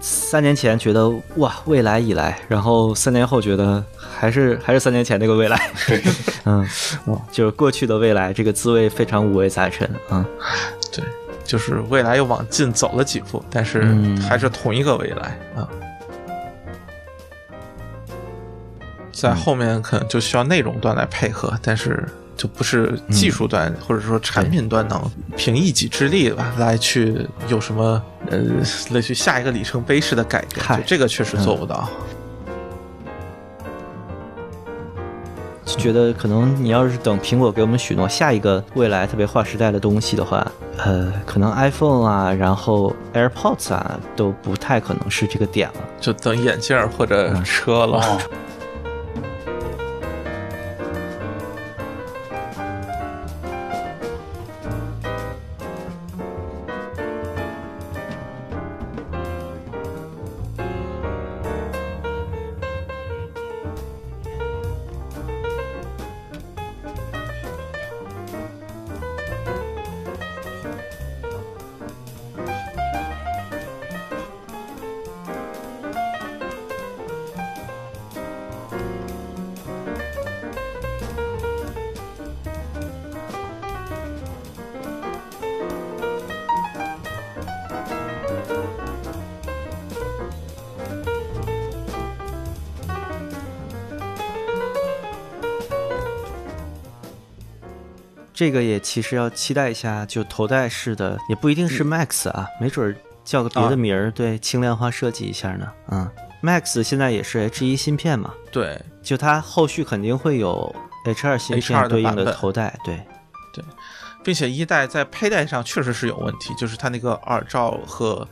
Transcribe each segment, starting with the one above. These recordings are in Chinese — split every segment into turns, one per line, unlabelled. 三年前觉得哇未来已来，然后三年后觉得还是还是三年前那个未来， 嗯，就是过去的未来，这个滋味非常五味杂陈啊。
对，就是未来又往近走了几步，但是
嗯
还是同一个未来啊。在后面可能就需要内容端来配合，但是就不是技术端、或者说产品端能凭一己之力吧来去有什么呃类似于下一个里程碑式的改变，
嗨嗯
就这个确实做不到。
就觉得可能你要是等苹果给我们许诺下一个未来特别划时代的东西的话，呃，可能 iPhone 啊，然后 AirPods 啊，都不太可能是这个点了。
就等眼镜儿或者
嗯
车了。
哦，
这个也其实要期待一下，就头戴式的，也不一定
嗯
是 Max 啊，没准儿叫个别的名儿，对，轻量化设计一下呢。嗯，Max
啊
现在也是 H 1芯片嘛，
对
就它后续肯定会有 H 2芯
H2 的
片对应
版本
的头戴，对，
对，并且一代在佩戴上确实是有问题，就是它那个耳罩和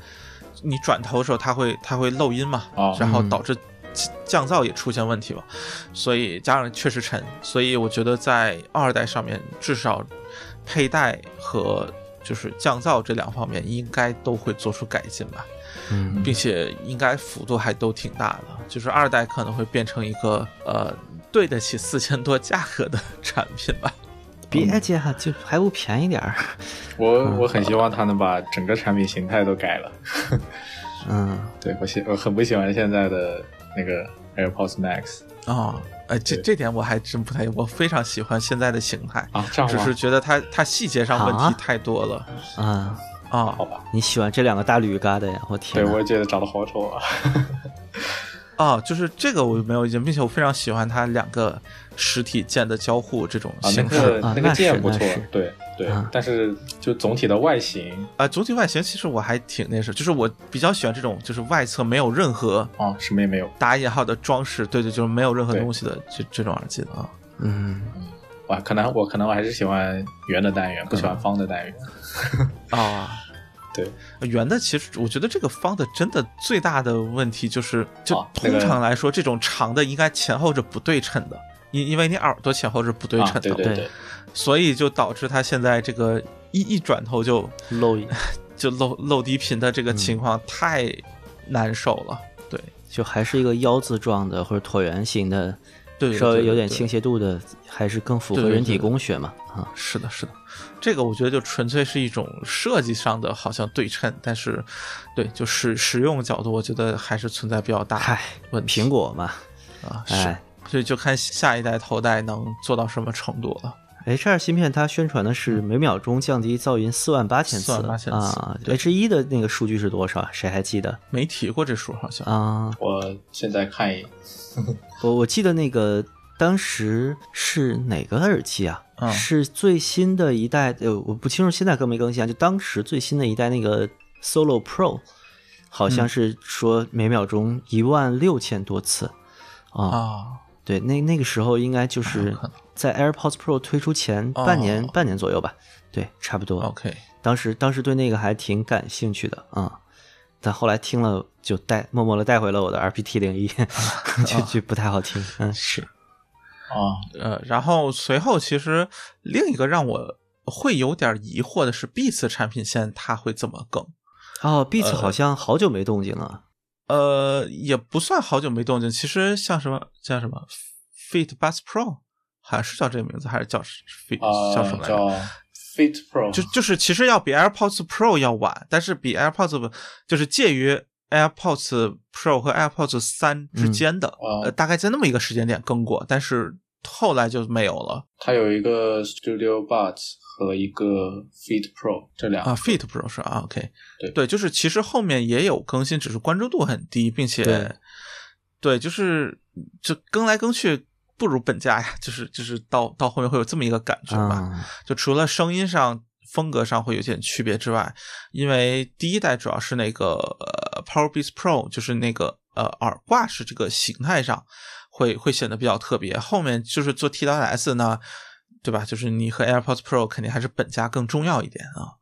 你转头的时候，它会它会漏音嘛，
哦
然后导致降降噪也出现问题嘛，所以加上确实沉，所以我觉得在二代上面至少佩戴和就是降噪这两方面应该都会做出改进吧。
嗯
并且应该幅度还都挺大的，就是二代可能会变成一个呃对得起四千多价格的产品吧。嗯
别介啊，就还不便宜点 儿，
我我嗯很希望他能把整个产品形态都改了。
嗯。
对我喜我很不喜欢现在的那个 AirPods Max
哦，哎，这
对
这点我还真不太，我非常喜欢现在的形态，
啊，这样
只
吗
是？觉得它它细节上问
啊
题太多了
啊，
啊
好吧，
你喜欢这两个大驴疙瘩呀？我
对
天哪，
我也觉得长得好丑啊。
啊，就是这个我没有意见，并且我非常喜欢它两个实体键的交互这种
啊，那
形式。
个、
啊
那
那
个
是
键不
那
错
是，
对对、
啊
但是就总体的外形
啊、总体外形其实我还挺那什，就是我比较喜欢这种，就是外侧没有任何
啊，什么也没有，
打引号的装饰，对对，就是没有任何
对
东西的这这种耳机的啊。
嗯，
哇，可能我可能我还是喜欢圆的单元，不喜欢方的单元。
啊，
对，
圆的其实我觉得这个方的真的最大的问题就是，就
啊那
通
个
常来说，这种长的应该前后是不对称的，因因为你耳朵前后是不对
啊，
称
对
的，
对
对
对，
所以就导致它现在这个一一转头就
露一
就漏漏低频的这个情况太难受了。对，
就还是一个腰字状的或者椭圆形的，
对
稍微有点
对对
倾斜度的，还是更符合
对
人
对
体
对
工学嘛？啊，
是的，是的，这个我觉得就纯粹是一种设计上的好像对称，但是对就实实用角度，我觉得还是存在比较大的
嗨，
问题。
苹果嘛，
啊，是
哎，
所以就看下一代头戴能做到什么程度了。
，H 2芯片它宣传的是每秒钟降低噪音四万八千次
48,000次
啊
对
，H 1的那个数据是多少啊？谁还记得
没提过这数，好像
啊？
我现在看一
我我记得那个当时是哪个耳机啊？
嗯
是最新的一代，呃，我不清楚现在更没更新啊。就当时最新的一代那个 Solo Pro，好像是说每秒钟一万六千多次啊。
啊，
对，那那个时候应该
哎
就是在 AirPods Pro 推出前
哦
半年、半年左右吧。对，差不多。
OK，
当时当时对那个还挺感兴趣的啊、嗯但后来听了就带默默的带回了我的 RPT 零 一，就就不太好听。嗯，
是
啊，
呃，然后随后其实另一个让我会有点疑惑的是，Beats 产品线它会怎么更？
哦，Beats 好像好久没动静了。
呃，也不算好久没动静。其实像什么叫什么 Fit Buds Pro，好像是叫这个名字，还是叫 Fit
啊，
叫什么来着？
叫 Fit Pro，
就就是其实要比 AirPods Pro 要晚，但是比 AirPods 就是介于 AirPods Pro 和 AirPods 三之
嗯
间的，
哦
呃，大概在那么一个时间点更过，但是后来就没有了
它有一个 Studio Buds 和一个 Fit Pro 这两个
啊。Fit Pro 是啊，OK，
对
就是其实后面也有更新，只是关注度很低，并且
对
对就是就更来更去。不如本价呀，就是就是到到后面会有这么一个感觉吧，
啊，
就除了声音上、风格上会有点区别之外，因为第一代主要是那个呃 Power Beats Pro，就是那个呃耳挂式这个形态上会会显得比较特别。后面就是做 TWS 呢，对吧？就是你和 AirPods Pro 肯定还是本家更重要一点啊。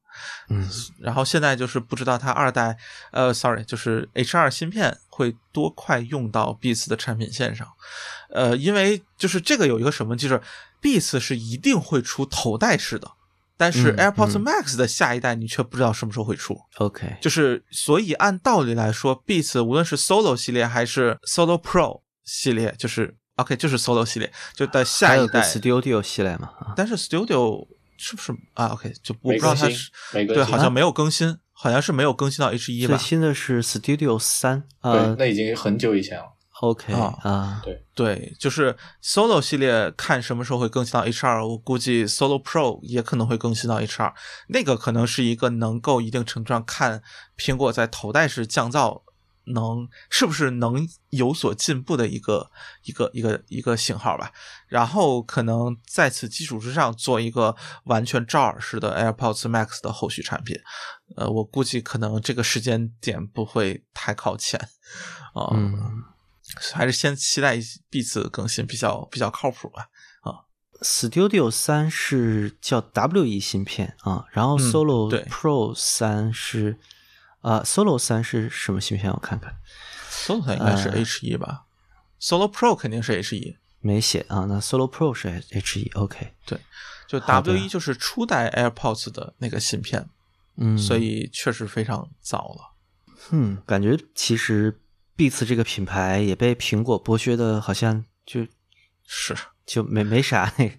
嗯，
然后现在就是不知道它二代，呃，sorry，就是 H 2芯片会多快用到 Beats 的产品线上，呃，因为就是这个有一个什么，就是 Beats 是一定会出头戴式的，但是
嗯
AirPods
嗯
Max 的下一代你却不知道什么时候会出，
OK，
就是所以按道理来说，Beats 无论是 Solo 系列还是 Solo Pro 系列，就是 OK 就是 Solo 系列，就在下
还
一
有个
代，
Studio 系列嘛，啊
但是 Studio 是不是啊？OK 就我不
没
知道
更
它
新
是，
没更
对，
新，啊
好像没有更新，好像是没有更新到 H 一
最
吧？
新的是 Studio 三
对
啊，
那已经很久以前了。
，OK
啊
啊，
对，就是 Solo 系列看什么时候会更新到 H 二，我估计 Solo Pro 也可能会更新到 H 二，那个可能是一个能够一定程度上看苹果在头戴式降噪能是不是能有所进步的一个一个一个一个型号吧。然后可能在此基础之上做一个完全罩耳式的 AirPods Max 的后续产品，呃，我估计可能这个时间点不会太靠前啊。
嗯。
还是先期待 Beats 更新比较比较靠谱吧。
Studio 三是叫 W E 芯片啊，然后
嗯
Solo
对
Pro 三是啊、s o l o 三是什么芯片？我看看，
Solo 它应该是
呃
H 1吧、s o l o Pro 肯定是 H E，1
没写啊。那 Solo Pro 是 H 一，OK，
就
好的
W 1就是初代 AirPods 的那个芯片，
嗯，
所以确实非常早了。，
嗯，感觉其实 Beats 这个品牌也被苹果剥削的，好像就是就没没啥 那，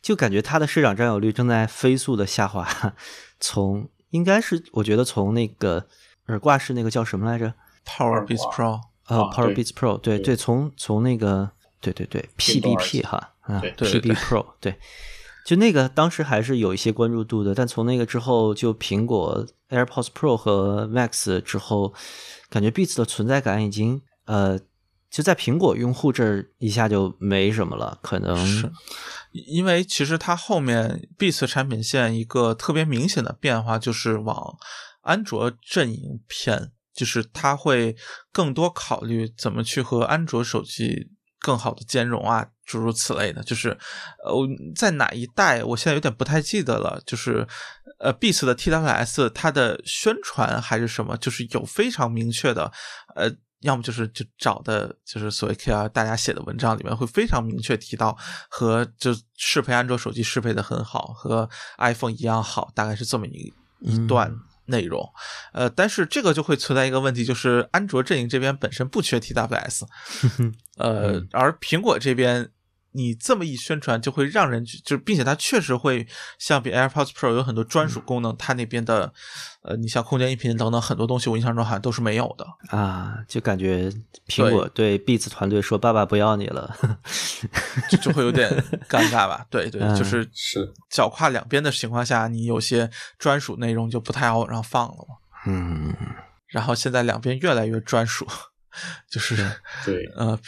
就感觉它的市场占有率正在飞速的下滑， 从应该是我觉得从那个耳挂式那个叫什么来着？
Power Beats Pro，
呃、
啊
p o w e r
对
Beats Pro，对
对
对，从从那个对对对
运动耳机
，PBP 哈，啊
对
对对
，PB Pro，对，就那个当时还是有一些关注度的，但从那个之后，就苹果 AirPods Pro 和 Max 之后，感觉 Beats 的存在感已经呃。就在苹果用户这儿一下就没什么了，可能
是因为其实它后面 Beats 产品线一个特别明显的变化就是往安卓阵营偏，就是它会更多考虑怎么去和安卓手机更好的兼容啊，诸如此类的。就是呃，我在哪一代，我现在有点不太记得了。就是呃，Beats 的 TWS 它的宣传还是什么，就是有非常明确的呃。要么就是就找的，就是所谓 KR 大家写的文章里面会非常明确提到和就适配安卓手机适配的很好，和 iPhone 一样好，大概是这么一一段内容。呃，但是这个就会存在一个问题，就是安卓阵营这边本身不缺 TWS，呃，而苹果这边。你这么一宣传，就会让人就，就并且它确实会相比 AirPods Pro 有很多专属功能，它那边的，呃，你像空间音频等等很多东西，我印象中好像都是没有的。
啊，就感觉苹果对 Beats 团队说：“爸爸不要你了。
就就会有点尴尬吧？对对，
嗯
就是
是
脚跨两边的情况下，你有些专属内容就不太好往上放了嘛。”
嗯，
然后现在两边越来越专属，就是
对，
呃，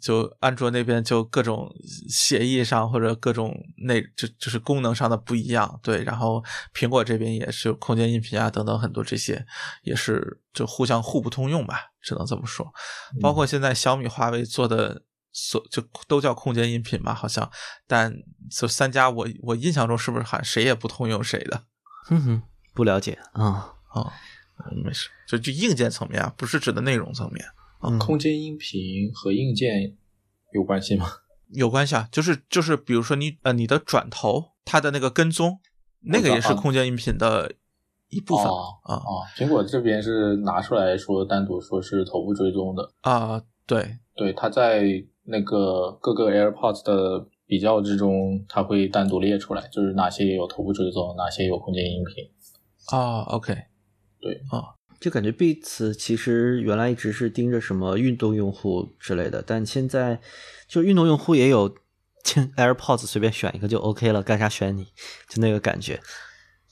就安卓那边就各种协议上或者各种内就就是功能上的不一样，对。然后苹果这边也是有空间音频啊等等很多这些，也是就互相互不通用吧，只能这么说。包括现在小米、华为做的所就都叫空间音频嘛，好像，但就三家我我印象中是不是喊谁也不通用谁的
哼嗯哼，不了解啊，
啊、嗯没事，就就硬件层面啊，不是指的内容层面
嗯
空间音频和硬件有关系吗？
有关系啊，就是就是比如说你呃你的转头它的那个跟踪，那个也是空间音频的一部分
哦
啊
哦，苹果这边是拿出来说单独说是头部追踪的，
啊对
对，它在那个各个 AirPods 的比较之中，它会单独列出来，就是哪些有头部追踪，哪些有空间音频。
啊 OK
对
啊，
就感觉 Beats 其实原来一直是盯着什么运动用户之类的，但现在就运动用户也有 AirPods 随便选一个就 OK 了，干啥选你？就那个感觉。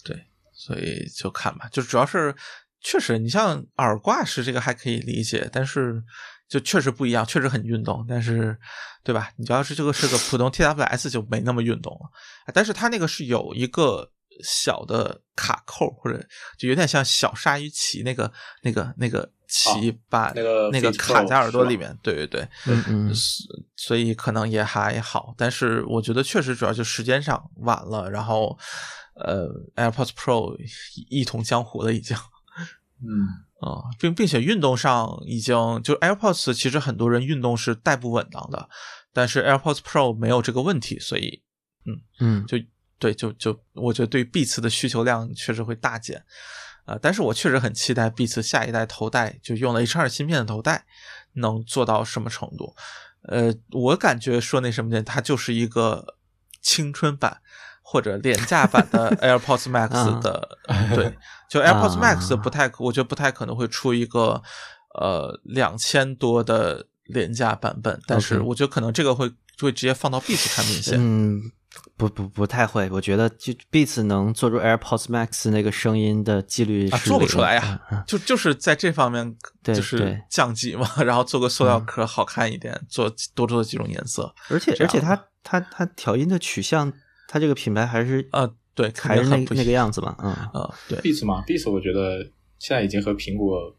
对，所以就看吧，就主要是确实，你像耳挂式这个还可以理解，但是就确实不一样，确实很运动，但是对吧？你要是这个是个普通 TWS 就没那么运动了，但是它那个是有一个。小的卡扣，或者就有点像小鲨鱼鳍那个、那个、那个鳍，把
哦那个
那个卡在耳朵里面。对对对，
嗯嗯，
所以可能也还好，但是我觉得确实主要就时间上晚了，然后呃，AirPods Pro 一统江湖了已经。
嗯
啊、嗯，并并且运动上已经就 AirPods，其实很多人运动是带不稳当的，但是 AirPods Pro 没有这个问题，所以嗯
嗯
就。对，就就我觉得对 Beats 的需求量确实会大减，啊、呃，但是我确实很期待 Beats 下一代头戴，就用了 H2 芯片的头戴，能做到什么程度？呃，我感觉说那什么的，它就是一个青春版或者廉价版的 AirPods Max 的，对，就 AirPods Max 不太，我觉得不太可能会出一个呃两千多的廉价版本，但是我觉得可能这个会会直接放到 Beats 产品线。
嗯。不不不太会，我觉得就 Beats 能做出 AirPods Max 那个声音的几率是、嗯
啊、做不出来呀、啊，就就是在这方面就是降级嘛， 然后做个塑料壳好看一点，嗯、做多做几种颜色。
而且而且它它它调音的取向，它这个品牌还是
啊对，
还是那那个样子嘛，嗯
啊对。
Beats 嘛，Beats 我觉得现在已经和苹果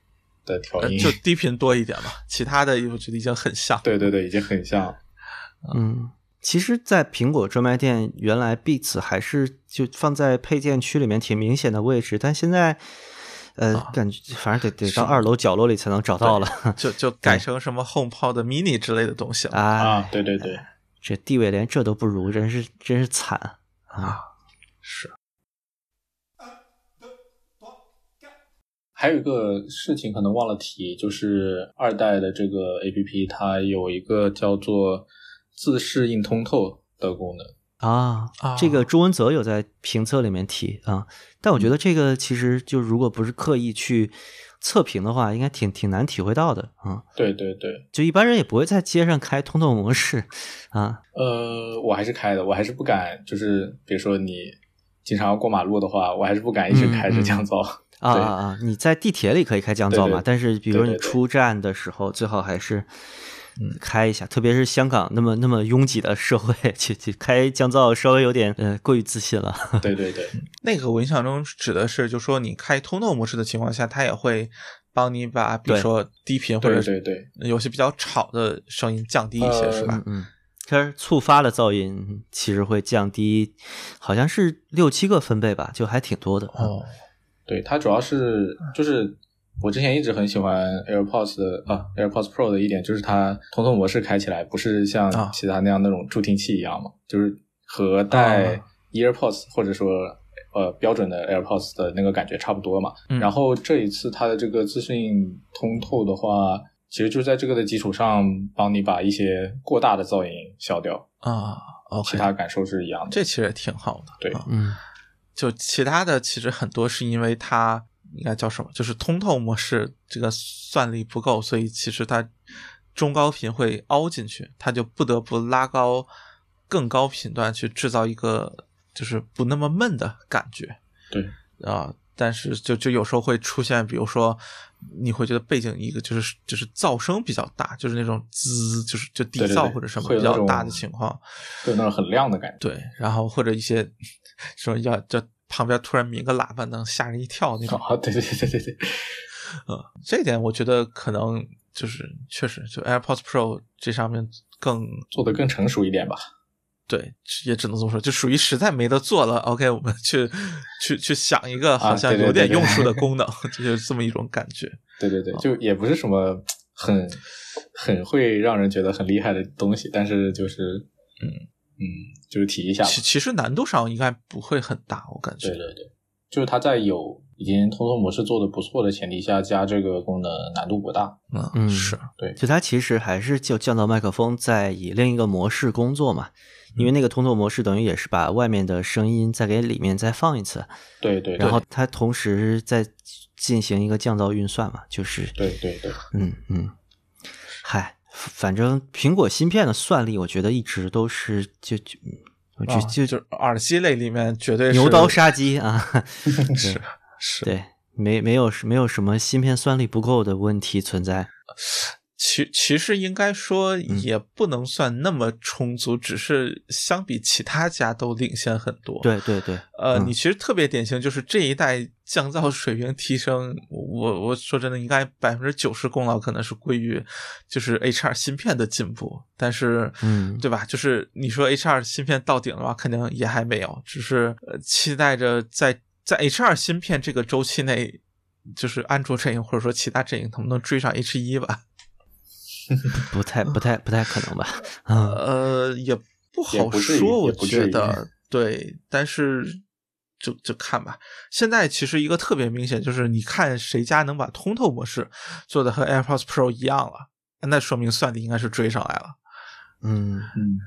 的调音、呃、
就低频多一点嘛，其他的我觉得已经很像。
对对对，已经很像，
嗯。其实，在苹果专卖店，原来 Beats 还是就放在配件区里面挺明显的位置，但现在，呃，
啊、
感觉反正得得到二楼角落里才能找到了，
就就改成什么 HomePod Mini 之类的东西了
啊！
对对对，
这地位连这都不如，真是真是惨啊！
是。
还有一个事情可能忘了提，就是二代的这个 APP，它有一个叫做。自适应通透的功能
啊，这个朱文泽有在评测里面提啊，但我觉得这个其实就如果不是刻意去测评的话，应该挺挺难体会到的啊。
对对对，
就一般人也不会在街上开通透模式啊。
呃，我还是开的，我还是不敢，就是比如说你经常要过马路的话，我还是不敢一直开着降
嗯
噪。
嗯啊啊啊！你在地铁里可以开降噪嘛？
对对嗯
但是比如你出站的时候，
对
最好还是。开一下，特别是香港那么那么拥挤的社会， 去去开降噪稍微有点呃过于自信了。
对对对，
那个我印象中指的是，就说你开通透模式的情况下，它也会帮你把比如说低频或者
对对
有些比较吵的声音降低一些，
呃、
是吧？
嗯，它是触发的噪音其实会降低，好像是六七个分贝吧，就还挺多的。
嗯
哦，
对，它主要是就是。我之前一直很喜欢 AirPods 的啊，AirPods Pro 的一点就是它通透模式开起来不是像其他那样那种助听器一样嘛，
啊、
就是和戴 EarPods 或者说呃标准的 AirPods 的那个感觉差不多嘛。
嗯、
然后这一次它的这个自适应通透的话，其实就在这个的基础上帮你把一些过大的噪音消掉
啊，okay,
其他感受是一样的。
这其实也挺好的，
对，
嗯，
就其他的其实很多是因为它。应该叫什么？就是通透模式，这个算力不够，所以其实它中高频会凹进去，它就不得不拉高更高频段去制造一个就是不那么闷的感觉。
对
啊、呃，但是就就有时候会出现，比如说你会觉得背景一个就是就是噪声比较大，就是那种滋，就是就底噪或者什么比较大的情况，
对那种很亮的感觉。
对，然后或者一些说要叫。旁边突然鸣个喇叭，能吓人一跳 那种。
啊、哦，对对对对对，
嗯，这点我觉得可能就是确实，就 AirPods Pro 这上面更
做的更成熟一点吧。
对，也只能这么说，就属于实在没得做了。OK，我们去去去想一个好像有点用处的 功能，
啊、
对对对就是这么一种感觉。
对对对，就也不是什么很很会让人觉得很厉害的东西，但是就是
嗯。
嗯，就是提一下。
其其实难度上应该不会很大，我感觉。
对对对，就是它在有已经通透模式做的不错的前提下，加这个功能难度不大。
嗯
是
就它其实还是就降噪麦克风在以另一个模式工作嘛，因
嗯
为那个通透模式等于也是把外面的声音再给里面再放一次，
对对对
然后它同时再进行一个降噪运算嘛，就是
对对对，
嗯嗯，嗨，反正苹果芯片的算力，我觉得一直都是就就我觉
啊
得就
就耳机类里面绝对是
牛刀杀鸡 啊，
是是
对，没没有没有什么芯片算力不够的问题存在，
其其实应该说
嗯
也不能算那么充足，只是相比其他家都领先很多。，
对对对，
呃，
嗯
你其实特别典型，就是这一代降噪水平提升，我我说真的，应该百分之九十功劳可能是归于就是 H 2芯片的进步，但是，
嗯
对吧？就是你说 H 2芯片到顶了吧，肯定也还没有，只是呃期待着在在 H 2芯片这个周期内，就是安卓阵营或者说其他阵营能不能追上 H 1吧。
不太不太不太可能吧，嗯
呃，也不
也
好
不至于
说，我
也不至
觉
于
得对，但是就就看吧。现在其实一个特别明显就是，你看谁家能把通透模式做的和 AirPods Pro 一样了，那说明算力应该是追上来了。
嗯。
嗯，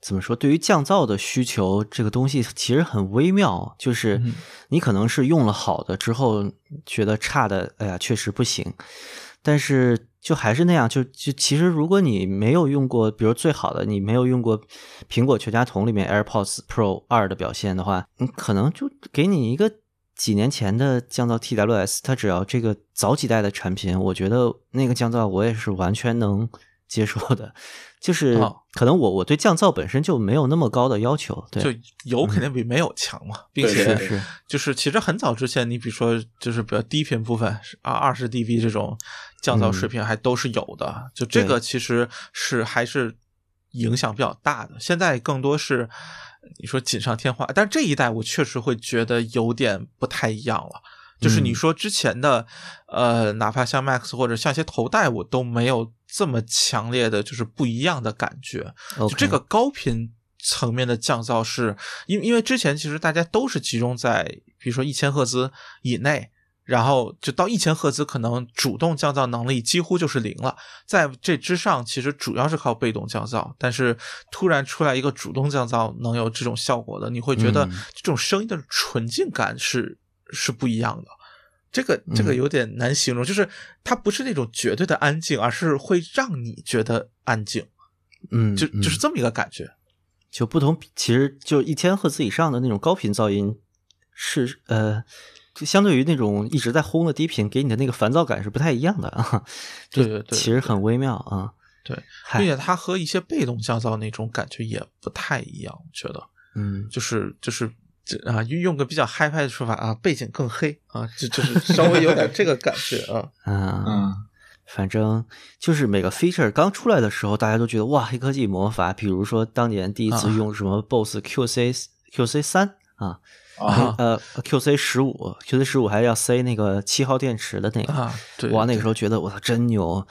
怎么说？对于降噪的需求，这个东西其实很微妙，就是
嗯
你可能是用了好的之后，觉得差的，哎呀，确实不行。但是就还是那样，就就其实如果你没有用过，比如最好的，你没有用过苹果全家桶里面 AirPods Pro 二的表现的话，你可能就给你一个几年前的降噪 TWS，它只要这个早几代的产品，我觉得那个降噪我也是完全能接受的。就是
哦
可能我我对降噪本身就没有那么高的要求，对，
就有肯定比没有强嘛，并
对
且
对
是
就是其实很早之前，你比如说就是比较低频部分啊，二十 dB 这种降噪水平还都是有的，就这个其实是还是影响比较大的。现在更多是你说锦上添花，但这一代我确实会觉得有点不太一样了。就是你
嗯
说之前的，呃，哪怕像 Max 或者像一些头戴，我都没有这么强烈的，就是不一样的感觉。就
OK
这个高频层面的降噪是，因为因为之前其实大家都是集中在比如说一千赫兹以内，然后就到一千赫兹，可能主动降噪能力几乎就是零了。在这之上，其实主要是靠被动降噪，但是突然出来一个主动降噪能有这种效果的，你会觉得
嗯
这种声音的纯净感是是不一样的。这个这个
嗯
有点难形容，就是它不是那种绝对的安静，而是会让你觉得安静。
嗯，
就就是
嗯
这么一个感觉。
就不同，其实就一千赫兹以上的那种高频噪音是呃，就相对于那种一直在轰的低频，给你的那个烦躁感是不太一样的啊。
对
这
对对
其实很微妙啊。
对，
嗨
并且它和一些被动降噪那种感觉也不太一样，我觉得
嗯，
就是就是这啊，用用个比较嗨派的说法啊，背景更黑啊，就就是稍微有点这个感 觉啊。
啊，
嗯，
反正就是每个 feature 刚出来的时候，大家都觉得哇，黑科技魔法。比如说当年第一次
啊
用什么 BOSS QC QC 三啊，
啊，
呃 QC 十五 QC 十五还要塞那个七号电池的那个
啊对
哇，那
对
个时候觉得我操真牛，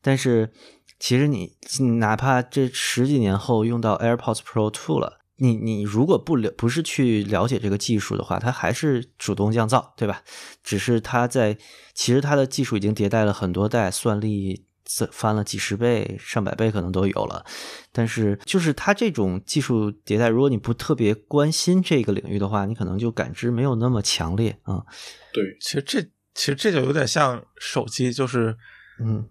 但是其实你哪怕这十几年后用到 AirPods Pro Two 了。你你如果不了不是去了解这个技术的话，它还是主动降噪，对吧？只是它在其实它的技术已经迭代了很多代，算力自翻了几十倍、上百倍可能都有了。但是就是它这种技术迭代，如果你不特别关心这个领域的话，你可能就感知没有那么强烈啊。
对，
其实这其实这就有点像手机，就是
嗯，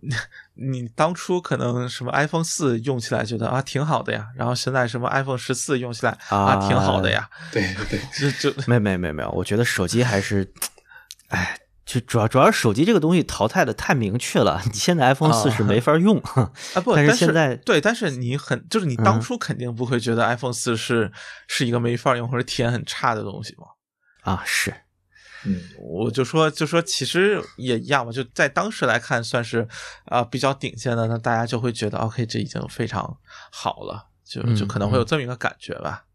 你当初可能什么 iPhone 四用起来觉得啊挺好的呀，然后现在什么 iPhone 十四用起来啊挺好的呀，
对对对，
就就
没没没没有，我觉得手机还是，哎，就主要主要是手机这个东西淘汰的太明确了，你现在 iPhone
啊
四是没法用。
啊不，
但
但
是现在嗯
对，但是你很就是你当初肯定不会觉得 iPhone 四是、是一个没法用或者体验很差的东西嘛。
啊，是，
嗯，
我就说就说其实也一样嘛，就在当时来看算是啊、比较顶尖的，那大家就会觉得 OK 这已经非常好了，就
嗯
就可能会有这么一个感觉吧。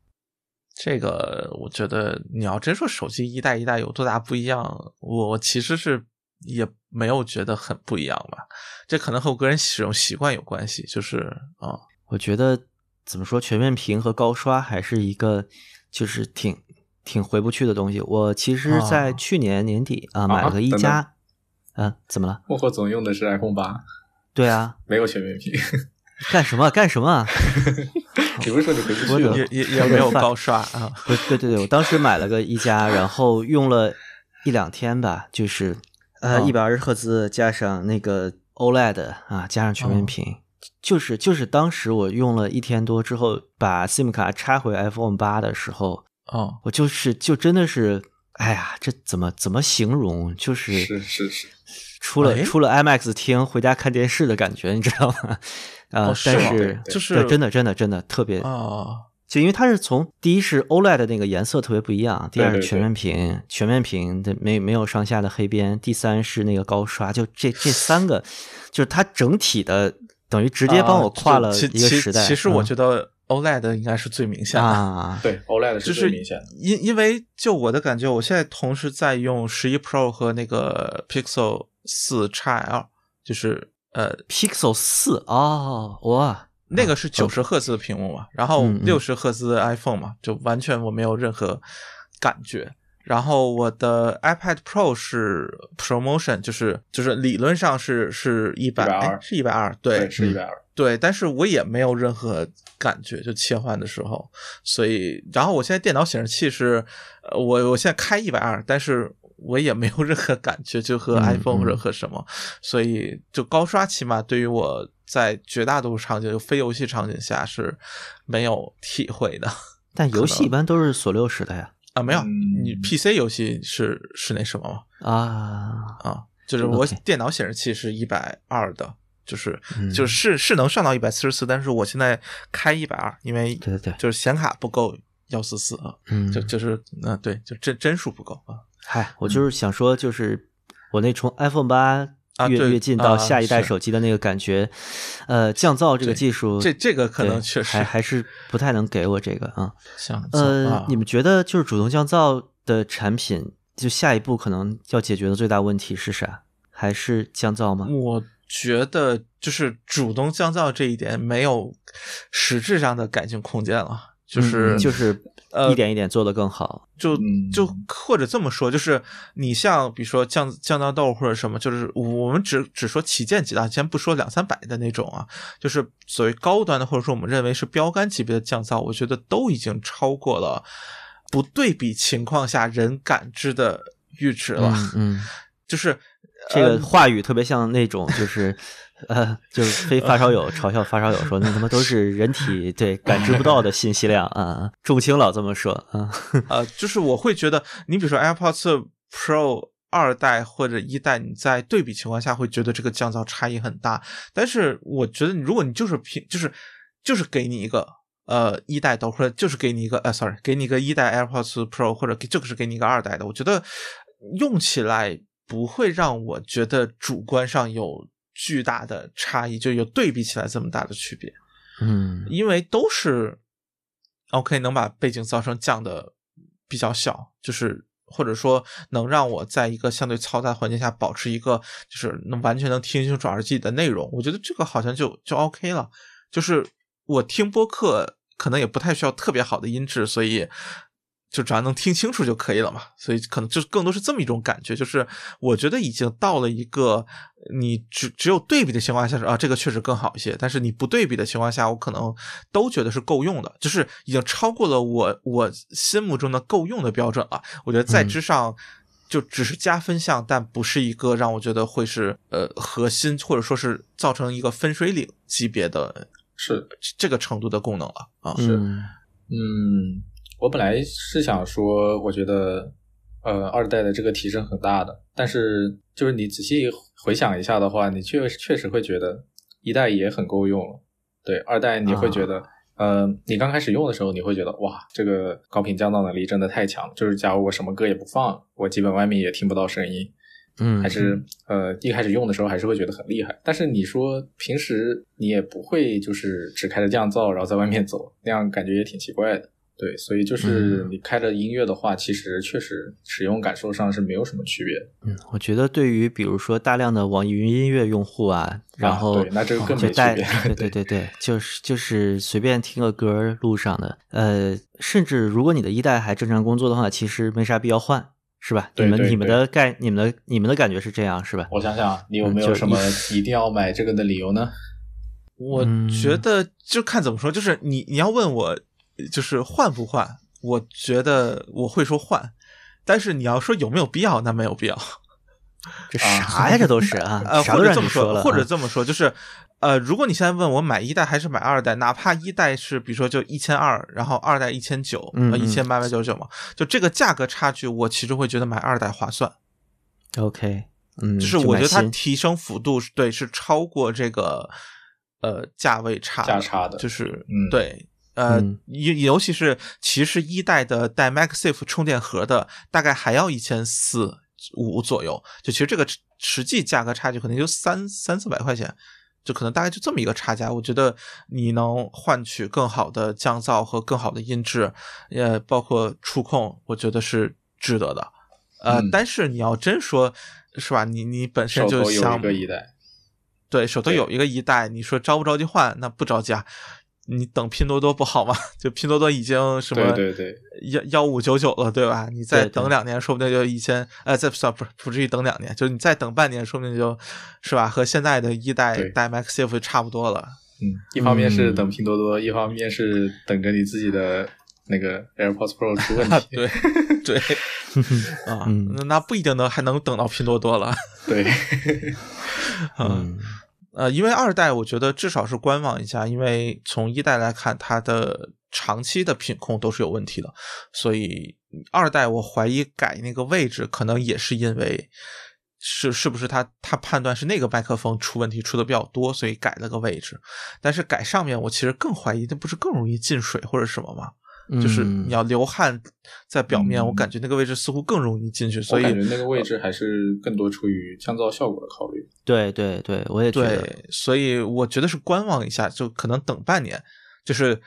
这个我觉得你要真说手机一代一代有多大不一样，我我其实是也没有觉得很不一样吧。这可能和我个人使用习惯有关系，就是啊。
我觉得怎么说，全面屏和高刷还是一个就是挺挺回不去的东西。我其实，在去年年底啊、买了个一
等等
加，啊、怎么了？
幕后总用的是 iPhone 八，
对啊，
没有全面屏。
干什么干什么？啊
你不是说你回不
我
去
的
了？
也也也没有高刷啊，
不是， 对对对，我当时买了个一加，然后用了一两天吧，就是呃
嗯
一百二十赫兹加上那个 OLED 啊，加上全面屏，就是就是当时我用了一天多之后，把 SIM 卡插回 iPhone 八的时候，
哦，
我就是就真的是，哎呀，这怎么怎么形容？就是
是是是，
出了
哎
出了 IMAX 厅，回家看电视的感觉，你知道 吗？呃，
哦是
但
吗
是
对就是
对真的真的真的特别
哦，
就因为它是从第一是 OLED 的那个颜色特别不一样，第
对
二是
对
全面屏，全面屏的没没有上下的黑边，第三是那个高刷，就这这三个，就是它整体的等于直接帮我跨了
啊就
一个
其
时代。
其其实我觉
得、
得 OLED 应该是最明显的，
啊，
对 OLED
就是
最明显的。
因因为就我的感觉，我现在同时在用十一 Pro 和那个 Pixel 四 XL，就是
啊
呃
Pixel 四哦，哇，
那个是九十赫兹的屏幕嘛，然后
嗯嗯
六十赫兹的 iPhone 嘛，就完全我没有任何感觉。然后我的 iPad Pro 是 ProMotion，就是就是理论上是是一百哎
120
是一百二，对
是一百二。
对，但是我也没有任何感觉，就切换的时候。所以，然后我现在电脑显示器是，呃，我我现在开一百二，但是我也没有任何感觉，就和
嗯
iPhone
嗯
或者和什么，所以就高刷起码对于我在绝大多数场景，就非游戏场景下是没有体会的
但游
可
戏
能
一般都是锁六十的呀
啊，没有。
嗯
你 PC 游戏是是那什么吗？
啊，
啊，就是我
OK
电脑显示器是一百二的，就是、
嗯
就是是能上到一百四十四，但是我现在开一百二，因为
对对对
就是显卡不够幺四四啊，
嗯，
就就是嗯、呃对，就帧帧数不够啊。
嗨，我就是想说，就是我那从 iPhone 八
啊
越
对
越近到
啊
下一代
是
手机的那个感觉，呃，降噪这个
这
技术，
这这个可
对
能确实
还还是不太能给我这个啊。
像
呃
啊，
你们觉得就是主动降噪的产品，就下一步可能要解决的最大问题是啥？还是降噪吗？
我觉得就是主动降噪这一点没有实质上的改进空间了，就是、
嗯就是
呃
一点一点做得更好。
就
嗯
就或者这么说，就是你像比如说降降噪豆或者什么，就是我们只只说旗舰级的啊，先不说两三百的那种啊，就是所谓高端的，或者说我们认为是标杆级别的降噪，我觉得都已经超过了不对比情况下人感知的阈值了。
嗯嗯，
就是呃
这个话语特别像那种就是。呃，就是非发烧友嘲笑发烧友说，那他妈都是人体对感知不到的信息量啊！众卿老这么说啊，
呃，就是我会觉得，你比如说 AirPods Pro 二代或者一代，你在对比情况下会觉得这个降噪差异很大。但是我觉得，如果你就是平，就是就是给你一个呃一代的，或者就是给你一个呃，sorry，给你一个一代 AirPods Pro，或者给就是给你一个二代的，我觉得用起来不会让我觉得主观上有巨大的差异，就有对比起来这么大的区别。
嗯，
因为都是 OK 能把背景噪声降的比较小，就是或者说能让我在一个相对嘈杂的环境下保持一个就是能完全能听清楚耳机里的内容，我觉得这个好像就就 OK 了。就是我听播客可能也不太需要特别好的音质，所以就只要能听清楚就可以了嘛。所以可能就更多是这么一种感觉，就是我觉得已经到了一个你只只有对比的情况下是啊，这个确实更好一些，但是你不对比的情况下，我可能都觉得是够用的，就是已经超过了我我心目中的够用的标准了。我觉得在之上。就只是加分项，但不是一个让我觉得会是呃核心，或者说是造成一个分水岭级别的
是
这个程度的功能了啊。
是
嗯
嗯，我本来是想说，我觉得呃二代的这个提升很大的，但是就是你仔细回想一下的话，你确确实会觉得一代也很够用了。对，二代你会觉得，呃，你刚开始用的时候，你会觉得哇，这个高频降噪能力真的太强了。就是假如我什么歌也不放，我基本外面也听不到声音。
嗯，
还是呃一开始用的时候还是会觉得很厉害，但是你说平时你也不会就是只开着降噪然后在外面走，那样感觉也挺奇怪的。对，所以就是
嗯
你开着音乐的话，其实确实使用感受上是没有什么区别的。
嗯，我觉得对于比如说大量的网易云音乐用户啊，然后
对那这个更
就
没区
带
别
对对对对，就是就是随便听个歌儿路上的，呃，甚至如果你的一代还正常工作的话，其实没啥必要换，是吧？
对
你们
对
你们
对
的概你们的你们的感觉是这样是吧？
我想想，你有
嗯
没
就
有
是
什么一定要买这个的理由呢？
我
嗯
觉得就看怎么说，就是你你要问我，就是换不换，我觉得我会说换，但是你要说有没有必要，那没有必要。
这啥呀？这都是 啊，
呃，
啥
或
都
者
让
这
你
么说，
了啊，
或者这么说，就是呃，如果你现在问我买一代还是买二代，哪怕一代是比如说就一千二，然后二代一千九，
嗯
呃，
嗯
一千八百九十九嘛，就这个价格差距，我其实会觉得买二代划算，
OK，嗯，
就是我
买
觉得它
新
提升幅度是对是超过这个呃价位差
价
的
差的
就是
嗯
对。呃
嗯，
尤尤其是其实一代的带 MagSafe 充电盒的，大概还要一千四五左右。就其实这个实实际价格差距可能就三三四百块钱，就可能大概就这么一个差价。我觉得你能换取更好的降噪和更好的音质，呃，包括触控，我觉得是值得的。呃，
嗯
但是你要真说，是吧？你你本身
手
就
头有
想
一个一代，
对，手头
对
有一个一代，你说着不着急换？那不着急啊，你等拼多多不好吗？ 就拼多多已经什么
对对对
幺幺五九九了，对吧？你再
对对
等两年，说不定就一千，呃，再算不是不至于等两年，就是你再等半年，说不定就是吧，和现在的一代
对
带 MaxSafe 就差不多了。
嗯，一方面是
嗯
等拼多多，一方面是等着你自己的那个 AirPods Pro 出问 题。
对 对啊，
嗯
那那不一定能还能等到拼多多了。
对，
嗯
呃，因为二代我觉得至少是观望一下，因为从一代来看，它的长期的品控都是有问题的，所以二代我怀疑改那个位置，可能也是因为是是不是他他判断是那个麦克风出问题出的比较多，所以改了个位置。但是改上面，我其实更怀疑，那不是更容易进水或者什么吗？
嗯
就是
嗯
你要流汗在表面，我感觉那个位置似乎更容易进去，所
我
以
感觉那个位置还是更多出于降噪效果的考虑。
对对对，我也觉得
对，所以我觉得是观望一下，就可能等半年。就是，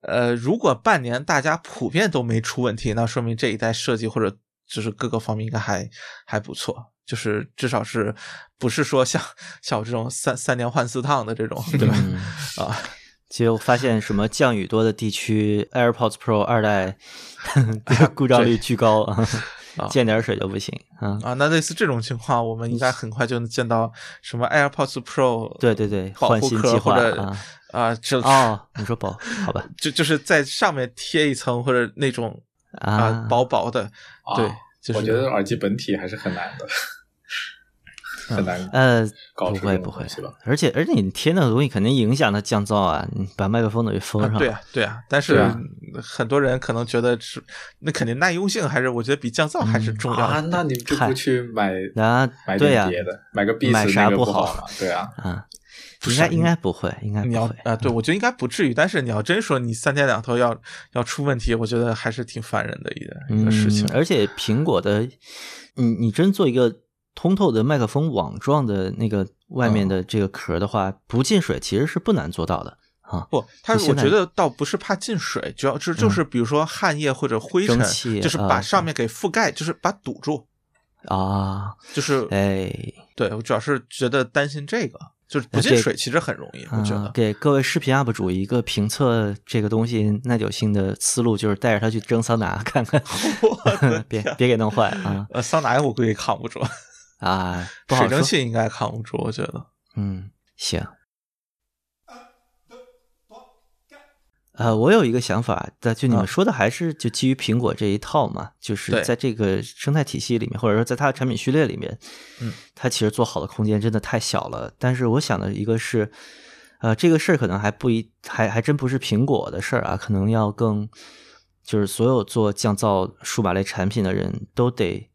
呃，如果半年大家普遍都没出问题，那说明这一代设计或者就是各个方面应该还还不错。就是至少是不是说像像我这种三三年换四趟的这种，对吧？
嗯
啊，
结果发现什么降雨多的地区，AirPods Pro 二 代故障率巨高啊
啊，
见点水就不行啊。
啊，那类似这种情况，我们应该很快就能见到什么 AirPods Pro
对对对
保
换
护
新
壳
计
或
划
者
啊
啊，这
哦，你说宝好吧
就就是在上面贴一层或者那种啊
啊，
薄薄的，
啊
对，就是
我觉得耳机本体还是很 难的，很难
呃，
搞
不
出
会
这种
不会
东西吧？，
而且而且你贴那个东西肯定影响它降噪啊，你把麦克风都给封
啊
上了。
对啊，对啊，但是
对啊
很多人可能觉得是，那肯定耐用性还是我觉得比降噪还是
嗯
重要
啊
的。，
那你就不去买
啊
买
对呀
点别的，买个 Beats
买啥
那个
不
好
好
吗？对啊，
啊，
不
应
是
该
啊
应该不会，应该
你要
不
啊
会、
对我觉得应该不至于，但是你要真说你三天两头要要出问题，我觉得还是挺烦人的一个、一个事情
嗯。而且苹果的，你你真做一个通透的麦克风网状的那个外
嗯
面的这个壳的话，不进水其实是不难做到的啊。
不，它
你
我
现在嗯
觉得倒不是怕进水，主要是就是比如说汗液或者灰尘
蒸汽，
就是
啊
把上面给覆盖，就是把堵住，
啊，
就是
哎，
对我主要是觉得担心这个，就是不
那
进
哎这
水其实很容易，我觉
啊
得。
给各位视频 UP 主一个评测这个东西耐久性的思路，就是带着它去蒸桑拿看 看
的，
别
天
别给弄坏 啊
呃，桑拿我估计扛不住，
啊，不
水
好
蒸
说。
气应该扛不住，我觉得。
嗯，行。呃，我有一个想法，但就你
啊
们说的还是就基于苹果这一套嘛，就是
对
在这个生态体系里面，或者说在它的产品序列里面，
嗯，
它其实做好的空间真的太小了。但是我想的一个是，呃，这个事儿可能还不一，还还真不是苹果的事儿啊，可能要更就是所有做降噪数码类产品的人都得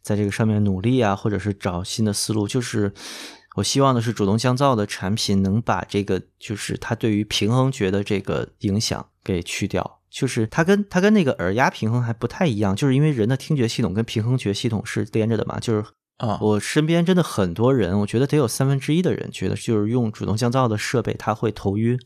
在这个上面努力啊，或者是找新的思路。就是我希望的是主动降噪的产品能把这个就是它对于平衡觉的这个影响给去掉。就是它跟它跟那个耳压平衡还不太一样，就是因为人的听觉系统跟平衡觉系统是连着的嘛，就是
啊、
我身边真的很多人，我觉得得有三分之一的人觉得，就是用主动降噪的设备，他会头晕，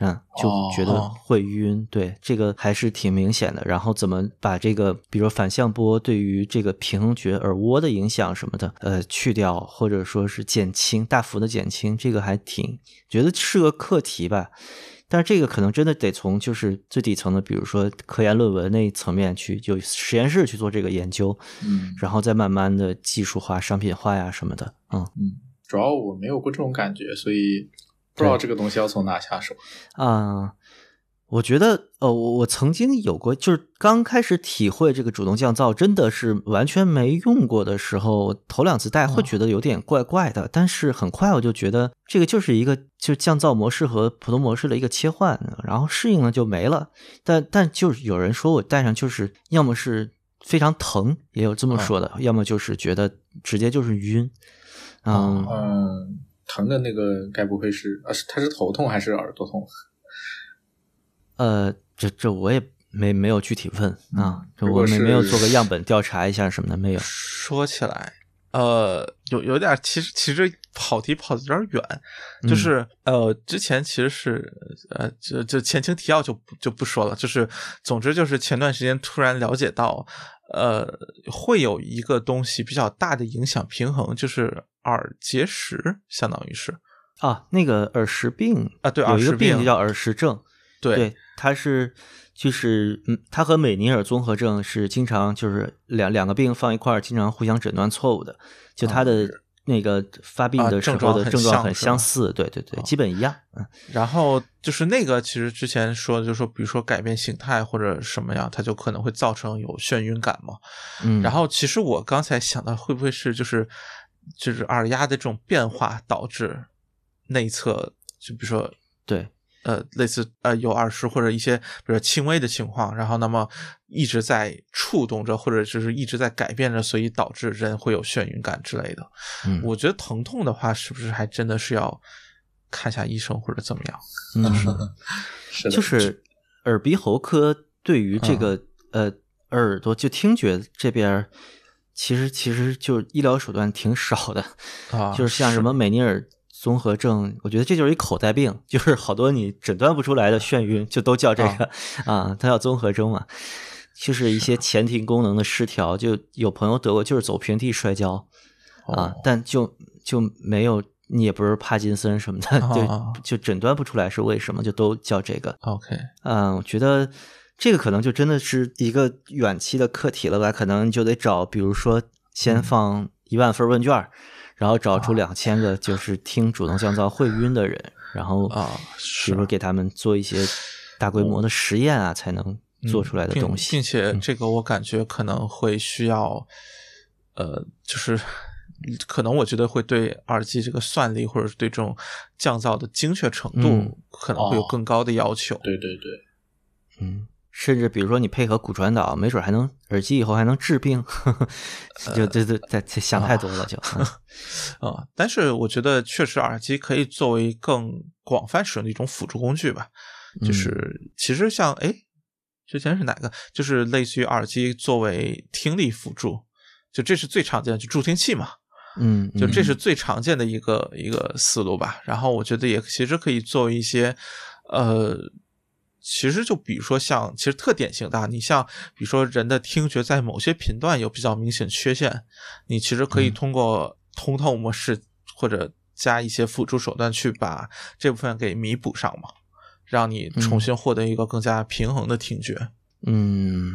嗯，就
哦
觉得
哦
会晕。对，这个还是挺明显的。然后怎么把这个，比如反向波对于这个平衡觉、耳蜗的影响什么的，呃，去掉或者说是减轻，大幅的减轻，这个还挺觉得是个课题吧。但是这个可能真的得从就是最底层的，比如说科研论文那一层面去，有实验室去做这个研究，
嗯，
然后再慢慢的技术化、商品化呀什么的。嗯
主要我没有过这种感觉，所以不知道这个东西要从哪下手。
啊、我觉得呃，我我曾经有过，就是刚开始体会这个主动降噪，真的是完全没用过的时候，头两次戴会觉得有点怪怪的，但是很快我就觉得这个就是一个就是降噪模式和普通模式的一个切换，然后适应了就没了。但但就是有人说我戴上就是要么是非常疼，也有这么说的，要么就是觉得直接就是晕。嗯，
嗯，疼的那个该不会是啊？是它是头痛还是耳朵痛？
呃，这这我也没没有具体问
嗯
啊，这
如
我
果
没没有
是
做个样本调查一下什么的，没有。
说起来，呃，有有点，其实其实跑题跑的有点远，就
嗯
是、呃，之前其实是呃，就就前情提要就不就不说了，就是总之就是前段时间突然了解到，呃，会有一个东西比较大的影响平衡，就是耳结石，相当于是
啊，那个耳石病
啊对
有一
耳
个
石
病
病
就叫耳石症，
对
它是就是嗯，它和美尼尔综合症是经常就是两两个病放一块儿，经常互相诊断错误的，就它的那个发病
啊
的时
症
候
状
的
很
症状
像
很
是
相
吧
似，对对对，
哦
基本一样。嗯
然后就是那个，其实之前说的，就是说，比如说改变形态或者什么样，它就可能会造成有眩晕感嘛。
嗯，
然后其实我刚才想到，会不会是就是就是耳压的这种变化导致内侧，就比如说
对
呃类似呃有耳石或者一些比如说轻微的情况，然后那么一直在触动着或者就是一直在改变着，所以导致人会有眩晕感之类的。
嗯
我觉得疼痛的话，是不是还真的是要看一下医生或者怎么样？
嗯。
是的，
就是耳鼻喉科对于这个、呃耳朵就听觉这边儿，其实其实就医疗手段挺少的，
啊，
就是像什么美尼尔综合症，我觉得这就是一口袋病，就是好多你诊断不出来的眩晕，就都叫这个 啊，它叫综合征嘛，就是啊一些前庭功能的失调，就有朋友得过，就是走平地摔跤啊
哦，
但就就没有。你也不是帕金森什么 的，
啊
就就诊断不出来是为什么，就都叫这个。
OK，
嗯，我觉得这个可能就真的是一个远期的课题了吧？可能就得找，比如说
嗯
先放一万份问卷儿，然后找
哦
出两千个就是听主动降噪会晕的人，然后
啊
比
是嗯
如说给他们做一些大规模的实验啊，才能做出来的
并
东西。嗯
并且这个我感觉可能会需要，呃，就是可能我觉得会对耳机这个算力或者是对这种降噪的精确程
嗯
度可能会有
哦
更高的要求。
对对对，
嗯，甚至比如说你配合骨传导，没准还能耳机以后还能治病， 就这这这想太多了就。嗯
呃啊、但是我觉得确实耳机可以作为更广泛使用的一种辅助工具吧。
嗯
就是其实像哎，之前是哪个？就是类似于耳机作为听力辅助，就这是最常见的，就助听器嘛。
嗯，
就这
嗯
是最常见的一个、一个思路吧。然后我觉得也其实可以做一些，呃，其实就比如说像，其实特典型的啊，你像比如说人的听觉在某些频段有比较明显缺陷，你其实可
嗯
以通过通透模式或者加一些辅助手段去把这部分给弥补上嘛，让你重新获得一个更加平衡的听觉。
嗯，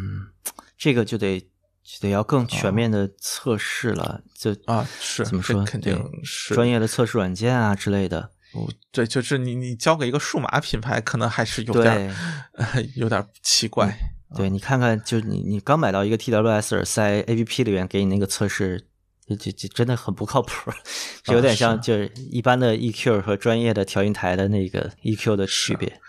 这个就得就得要更全面的测试了，就
哦啊是
怎么
这
说，
肯
对
定是
专业的测试软件啊之类的，
哦，对，就是你你交给一个数码品牌，可能还是有点
对嗯
儿。呃，有点奇怪。啊
对，你看看，就你你刚买到一个 TWS 耳塞 APP 里面给你那个测试，这这这真的很不靠谱，这有点像
啊是
就是一般的 EQ 和专业的调音台的那个 EQ 的区
啊
别，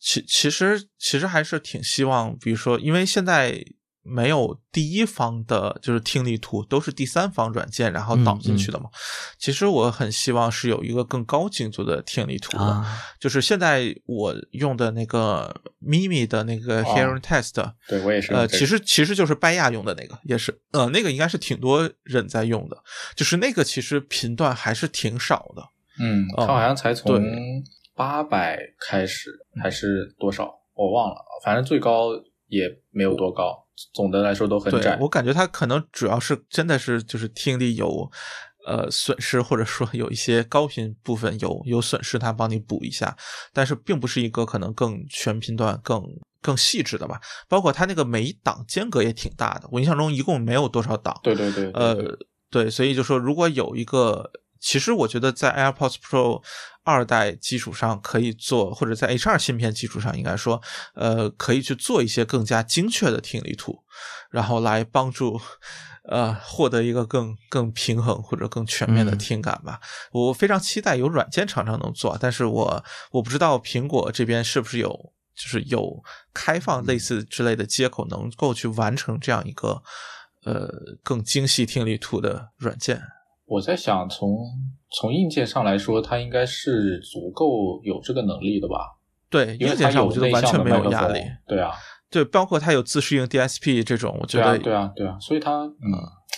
其其实其实还是挺希望，比如说，因为现在没有第一方的，就是听力图，都是第三方软件然后导
嗯
进去的嘛。其实我很希望是有一个更高精度的听力图的，
啊，
就是现在我用的那个 Mimi 的那个
哦
Hearing Test，、
对我也是用
呃，
这个。
其实其实就是拜亚用的那个，也是，呃，那个应该是挺多人在用的，就是那个其实频段还是挺少的。
嗯，
哦
他好像才从
对
八百开始还是多少，我忘了，反正最高也没有多高，总的来说都很
对
窄。
我感觉它可能主要是真的是就是听力有呃损失，或者说有一些高频部分有有损失，它帮你补一下，但是并不是一个可能更全频段更。更细致的吧，包括它那个每一档间隔也挺大的，我印象中一共没有多少档，
对对对，对对
呃，对，所以就说如果有一个，其实我觉得在 AirPods Pro 二代基础上可以做，或者在 H2 芯片基础上，应该说，呃，可以去做一些更加精确的听力图，然后来帮助。呃，获得一个更更平衡或者更全面的
嗯
听感吧。我非常期待有软件厂商能做，但是我我不知道苹果这边是不是有就是有开放类似之类的接口，能够去完成这样一个呃更精细听力图的软件。
我在想从从硬件上来说，它应该是足够有这个能力的吧？
对，
因为
硬
它
件上
有
我觉得
内
完
向
全
的
没
麦
有
克
压
风
力。
对啊，
对，包括它有自适应 DSP 这种，我觉
对啊，
得
对啊，对啊，所以它嗯，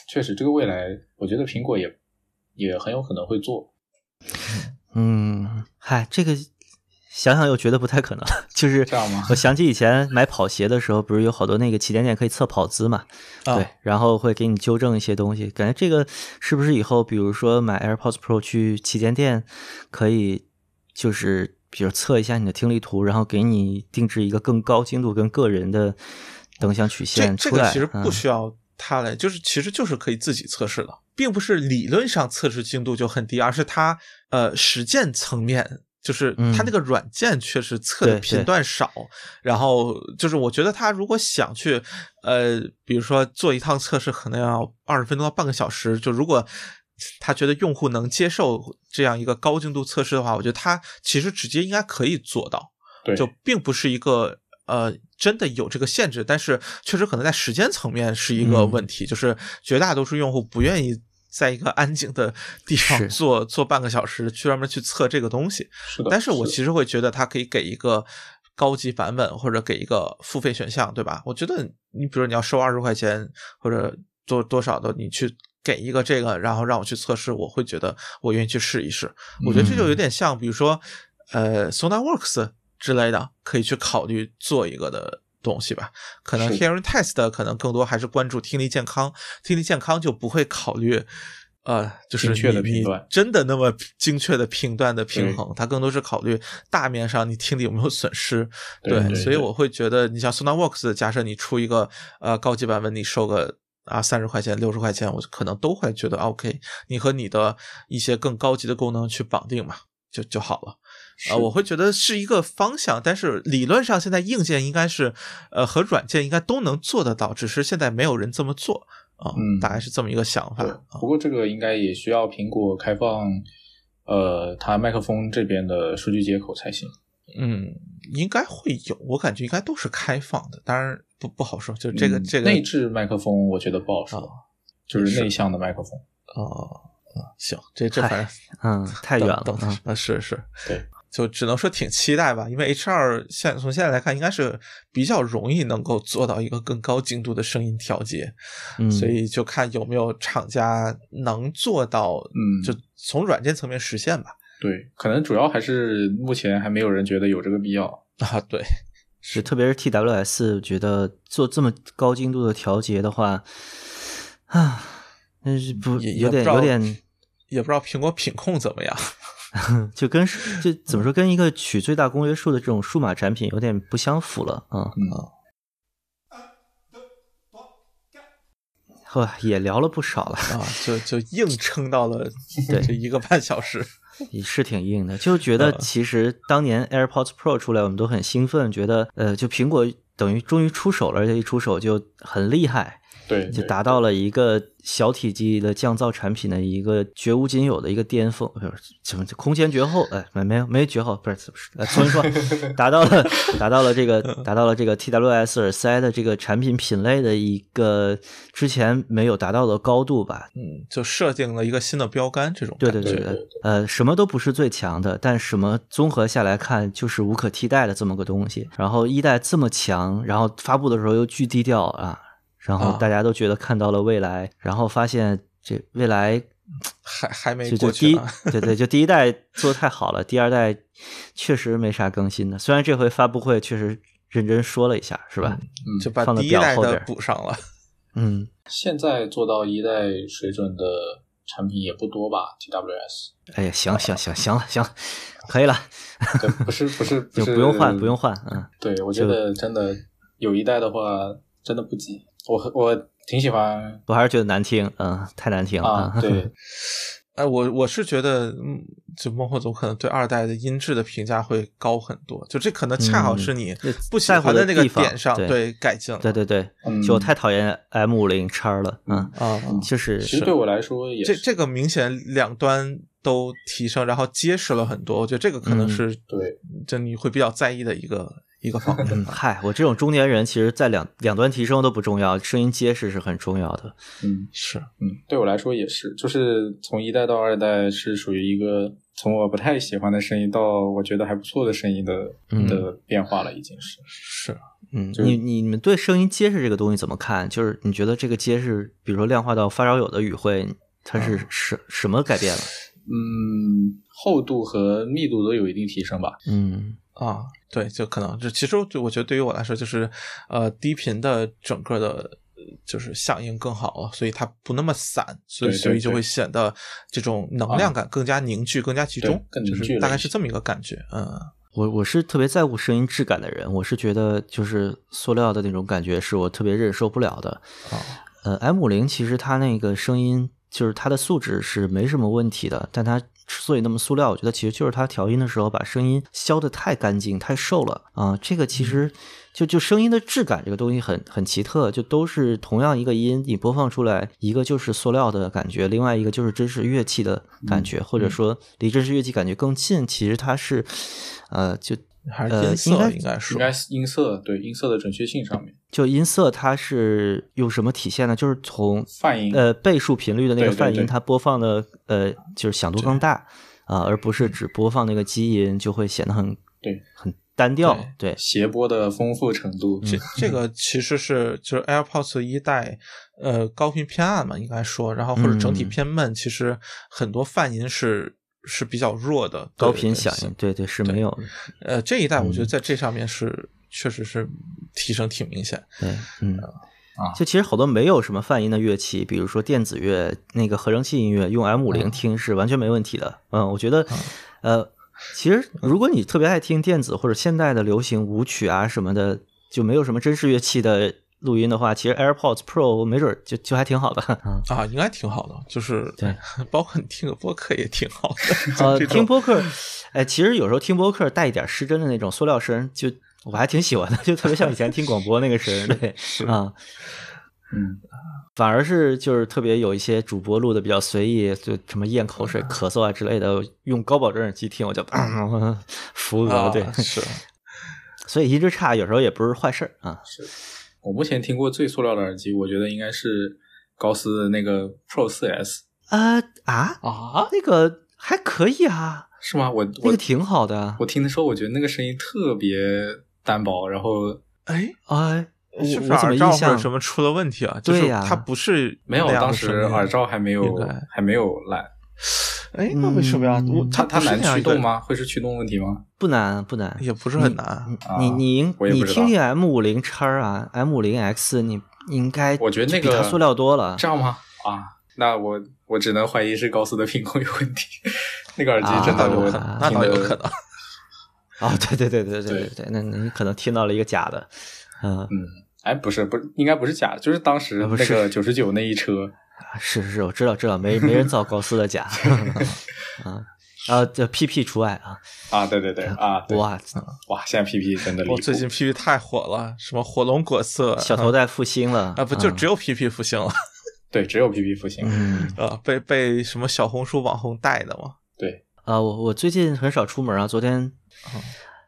确实这个未来，我觉得苹果也也很有可能会做。
嗯，嗨，这个想想又觉得不太可能，就是
这样吗
我想起以前买跑鞋的时候，不是有好多那个起点点可以测跑姿嘛？
啊
对，然后会给你纠正一些东西。感觉这个是不是以后，比如说买 AirPods Pro 去旗舰店，可以就是比如测一下你的听力图，然后给你定制一个更高精度、跟个人的等响曲
这
线
这
出
个
来。
其实不
嗯
需要它来，就是其实就是可以自己测试的，并不是理论上测试精度就很低，而是它呃实践层面。就是
嗯
它那个软件确实测的
对
频
对
段少，然后就是我觉得他如果想去，呃，比如说做一趟测试，可能要二十分钟到半个小时。就如果他觉得用户能接受这样一个高精度测试的话，我觉得他其实直接应该可以做到。
对，
就并不是一个呃真的有这个限制，但是确实可能在时间层面是一个
嗯
问题，就是绝大多数用户不愿意。在一个安静的地方
是
坐坐半个小时，去专门去测这个东西。
是的。
但是我
的
其实会觉得它可以给一个高级版本，或者给一个付费选项，对吧？我觉得你比如你要收二十块钱或者多多少的，你去给一个这个，然后让我去测试，我会觉得我愿意去试一试。我
嗯
觉得这就有点像，比如说呃 SonarWorks 之类的，可以去考虑做一个的。东西吧，可能
是
hearing test 可能更多还是关注听力健康，听力健康就不会考虑，呃，就是
精确的
你
评
你
断
真的那么精确的评断的平衡，它更多是考虑大面上你听力有没有损失。
对对
所以
对
我会觉得，你像 SonarWorks，假设你出一个呃高级版本，你收个啊三十块钱、六十块钱，我可能都会觉得啊 OK，你和你的一些更高级的功能去绑定嘛，就就好了。啊、
是
我会觉得是一个方向，但是理论上现在硬件应该是，呃，和软件应该都能做得到，只是现在没有人这么做啊、
嗯
大概是这么一个想法
对
啊，
不过这个应该也需要苹果开放，呃，它麦克风这边的数据接口才行。
嗯，应该会有，我感觉应该都是开放的，当然不不好说，就这个、
嗯
这个
内置麦克风，我觉得不好说，
哦
啊
就是内向的麦克风。
哦、啊行，这这
嗨
反正
嗯，太远了
等等
啊。
啊，是是，
对，
就只能说挺期待吧，因为 H 二现从现在来看，应该是比较容易能够做到一个更高精度的声音调节，
嗯
所以就看有没有厂家能做到，
嗯
就从软件层面实现吧。
对，可能主要还是目前还没有人觉得有这个必要。
啊，对，
是，特别是 TWS，觉得做这么高精度的调节的话，啊，那是不
也
有点
也不知道
有点，
也不知道苹果品控怎么样。
就跟 是就怎么说，跟一个取最大公约数的这种数码产品有点不相符了啊。
嗯，
呵，也聊了不少 了，
啊，就就硬撑到了
对
这一个半小时。
也是挺硬的，就觉
嗯
得其实当年 AirPods Pro 出来，我们都很兴奋，觉得呃，就苹果等于终于出手了，而且一出手就很厉害。
对，
就
对
达到了一个小体积的降噪产品的一个绝无仅有的一个巅峰，不是什么空前绝后，哎，没没有没绝后，不是不是，呃重新说，达到了达到了这个达到了这个 TWS 耳塞的这个产品品类的一个之前没有达到的高度吧。
嗯，就设定了一个新的标杆，这种
对
感
对
觉
对对，呃，什么都不是最强的，但什么综合下来看就是无可替代的这么个东西。然后一代这么强，然后发布的时候又巨低调啊，然后
啊
大家都觉得看到了未来，然后发现这未来
还还没
就就
过
第
去
一
呢。
对对，就第一代做得太好了，第二代确实没啥更新的。虽然这回发布会确实认真说了一下，是吧？
嗯，
就把
放得
第一
表
代
后
的
边儿
补上了。
嗯，
现在做到一代水准的产品也不多吧？TWS
哎呀，行行行行了行了，可以了，
对，不是不是不
就是不用换不用换，嗯。
对，我觉得真的有一代的话，真的不急。我我挺喜欢
我还是觉得难听，嗯，太难听了。
啊，
嗯，
对，
哎，我我是觉得，嗯，就孟获总可能对二代的音质的评价会高很多，就这可能恰好是你
嗯
不喜欢的那
在乎的
个
地方
点上，
对
对改进了
对对对，
嗯
就我太讨厌 M 五零叉了，嗯，
啊。
就是
其实对我来说也
这
是
这个明显两端都提升，然后结实了很多，我觉得这个可能
嗯
是
对，
就你会比较在意的一个一个方面
嗯，。嗨，我这种中年人，其实在两两端提升都不重要，声音结实是很重要的。
嗯
是，
嗯，对我来说也是，就是从一代到二代是属于一个从我不太喜欢的声音到我觉得还不错的声音的、
嗯
的变化了，已经是。
是，
嗯，
就是
你你们对声音结实这个东西怎么看？就是你觉得这个结实，比如说量化到发烧友的语汇，它
嗯
是什什么改 变了？
嗯，厚度和密度都有一定提升吧。
嗯
啊，对，就可能这其实就我觉得对于我来说，就是呃低频的整个的呃就是响应更好了，所以它不那么散，所以
对对
所以就
对
会显得这种能量感更加凝聚、更加集中
对，更
就
凝聚
是
了
大
一
概
些
是这么一个感觉。嗯，
我我是特别在乎声音质感的人，我是觉得就是塑料的那种感觉是我特别忍受不了的。呃，M 五零其实它那个声音就是它的素质是没什么问题的，但它之所以那么塑料，我觉得其实就是它调音的时候把声音削得太干净、太瘦了啊、这个其实就就声音的质感这个东西很很奇特，就都是同样一个音，你播放出来一个就是塑料的感觉，另外一个就是真实乐器的感觉，或者说离真实乐器感觉更近。其实它是，呃，就
还是
呃
音
应
色
该
应该说
应该是音色，对音色的准确性上面，
就音色它是用什么体现呢？就是从
泛音
呃倍数频率的那个
对对
泛
对
音，它播放的呃就是响度更大啊，而不是只播放那个基音，就会显得很
对
很单调。对，
谐波的丰富程度，
这这个其实是就是 AirPods 一代，呃，高频偏暗嘛，应该说，然后或者整体
嗯
偏闷，其实很多泛音是是比较弱的，
高
对
频
对
响应，对对是没有的。
呃，这一代
嗯
我觉得在这上面是、确实是提升挺明显。
对，嗯。
啊
就其实好多没有什么泛音的乐器，比如说电子乐、那个合成器音乐，用 M 五零听是完全没问题的。嗯，我觉得，呃，其实如果你特别爱听电子或者现代的流行舞曲啊什么的，就没有什么真实乐器的录音的话，其实 AirPods Pro 没准儿就就还挺好的。 嗯
啊，应该挺好的，就是
对，
包括你听个播客也挺好 的，就
呃，
这
听
种
播客，哎，其实有时候听播客带一点失真的那种塑料声，就我还挺喜欢的，就特别像以前听广播那个声儿，对，啊、
嗯，
反而是就是特别有一些主播录的比较随意，就什么咽口
嗯
水、咳嗽啊之类的，用高保真耳机听我就
嗯
扶额，对，
啊，是
所以音质差有时候也不是坏事儿啊。
我目前听过最塑料的耳机，我觉得应该是高斯的那个 Pro 4 S，
啊啊，
啊，
那个还可以啊，
是吗？我
那
我
个挺好的啊
我。听的时候，我觉得那个声音特别单薄，然后
哎，
哎我
是不是
我怎么
耳罩
印
或者
象
什么出了问题啊？
对
就是
呀
它不是
没有，
那样的
当时
声音
耳罩还没有
应该
还没有烂，
哎，那为什么呀？
嗯
我
它它
不是
难
那样
驱
一个
动？吗？会是驱动问题吗？
不难不难？
也不是很难。
你
哎啊
你应
我也
你
不知道
听听 M 五零叉啊，M 五零 X 你应该
我觉得那
比它
个
塑料多了
这样吗？啊，那我我只能怀疑是高斯的品控有问题，那个耳机真的
啊
我
那
听
倒有
的
可能，
啊！对对对对对对对，那你可能听到了一个假的，嗯。
嗯，哎，不是，不是，应该不是假的，就是当时
啊不
那
是
个九十九那一车，
啊是是是，我知道知道，没没人造高斯的假，啊啊，这 PP 除外啊，
啊，对对对啊，对
哇，
哇，现在 PP 真的离
我
谱，
最近 PP 太火了，什么火龙果色
小嗯头戴复兴了
啊，不就只有 PP 复兴了
对只有 PP 复兴，
嗯
啊？被被什么小红书网红带的嘛？
对，
啊，我我最近很少出门啊，昨天。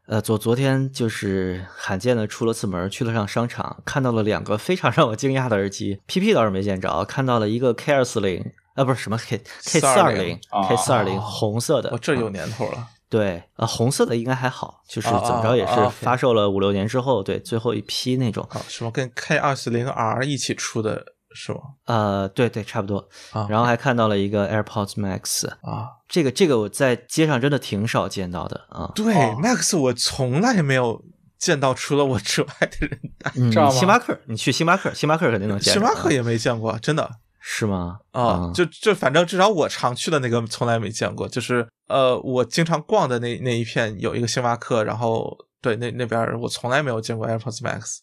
呃，昨昨天就是罕见的出了次门，去了趟商场，看到了两个非常让我惊讶的耳机，PP 倒是没见着，看到了一个 K 二四零，啊，不是什么 K K 四二零
啊
，K 四二零红色的，
我这
啊
有年头了。
对，呃，红色的应该还好，就是
啊
怎
啊
么着也
啊
是
，OK 哦
发售了五六年之后，对，最后一批那种。
啊，什么跟 K 二四零 R 一起出的是吗？
呃，对对，差不多。
啊
然后还看到了一个 AirPods Max，
啊，
这个这个我在街上真的挺少见到的啊。
对、
哦
m a x 我从来没有见到除了我之外的人，
嗯
知道，吗
星巴克，你去星巴克，星巴克肯定能见
星
到啊。嗯
巴克也没见过，真的
是吗？
啊，就就反正至少我常去的那个从来没见过，就是呃，我经常逛的那那一片有一个星巴克，然后对那那边儿我从来没有见过 AirPods Max，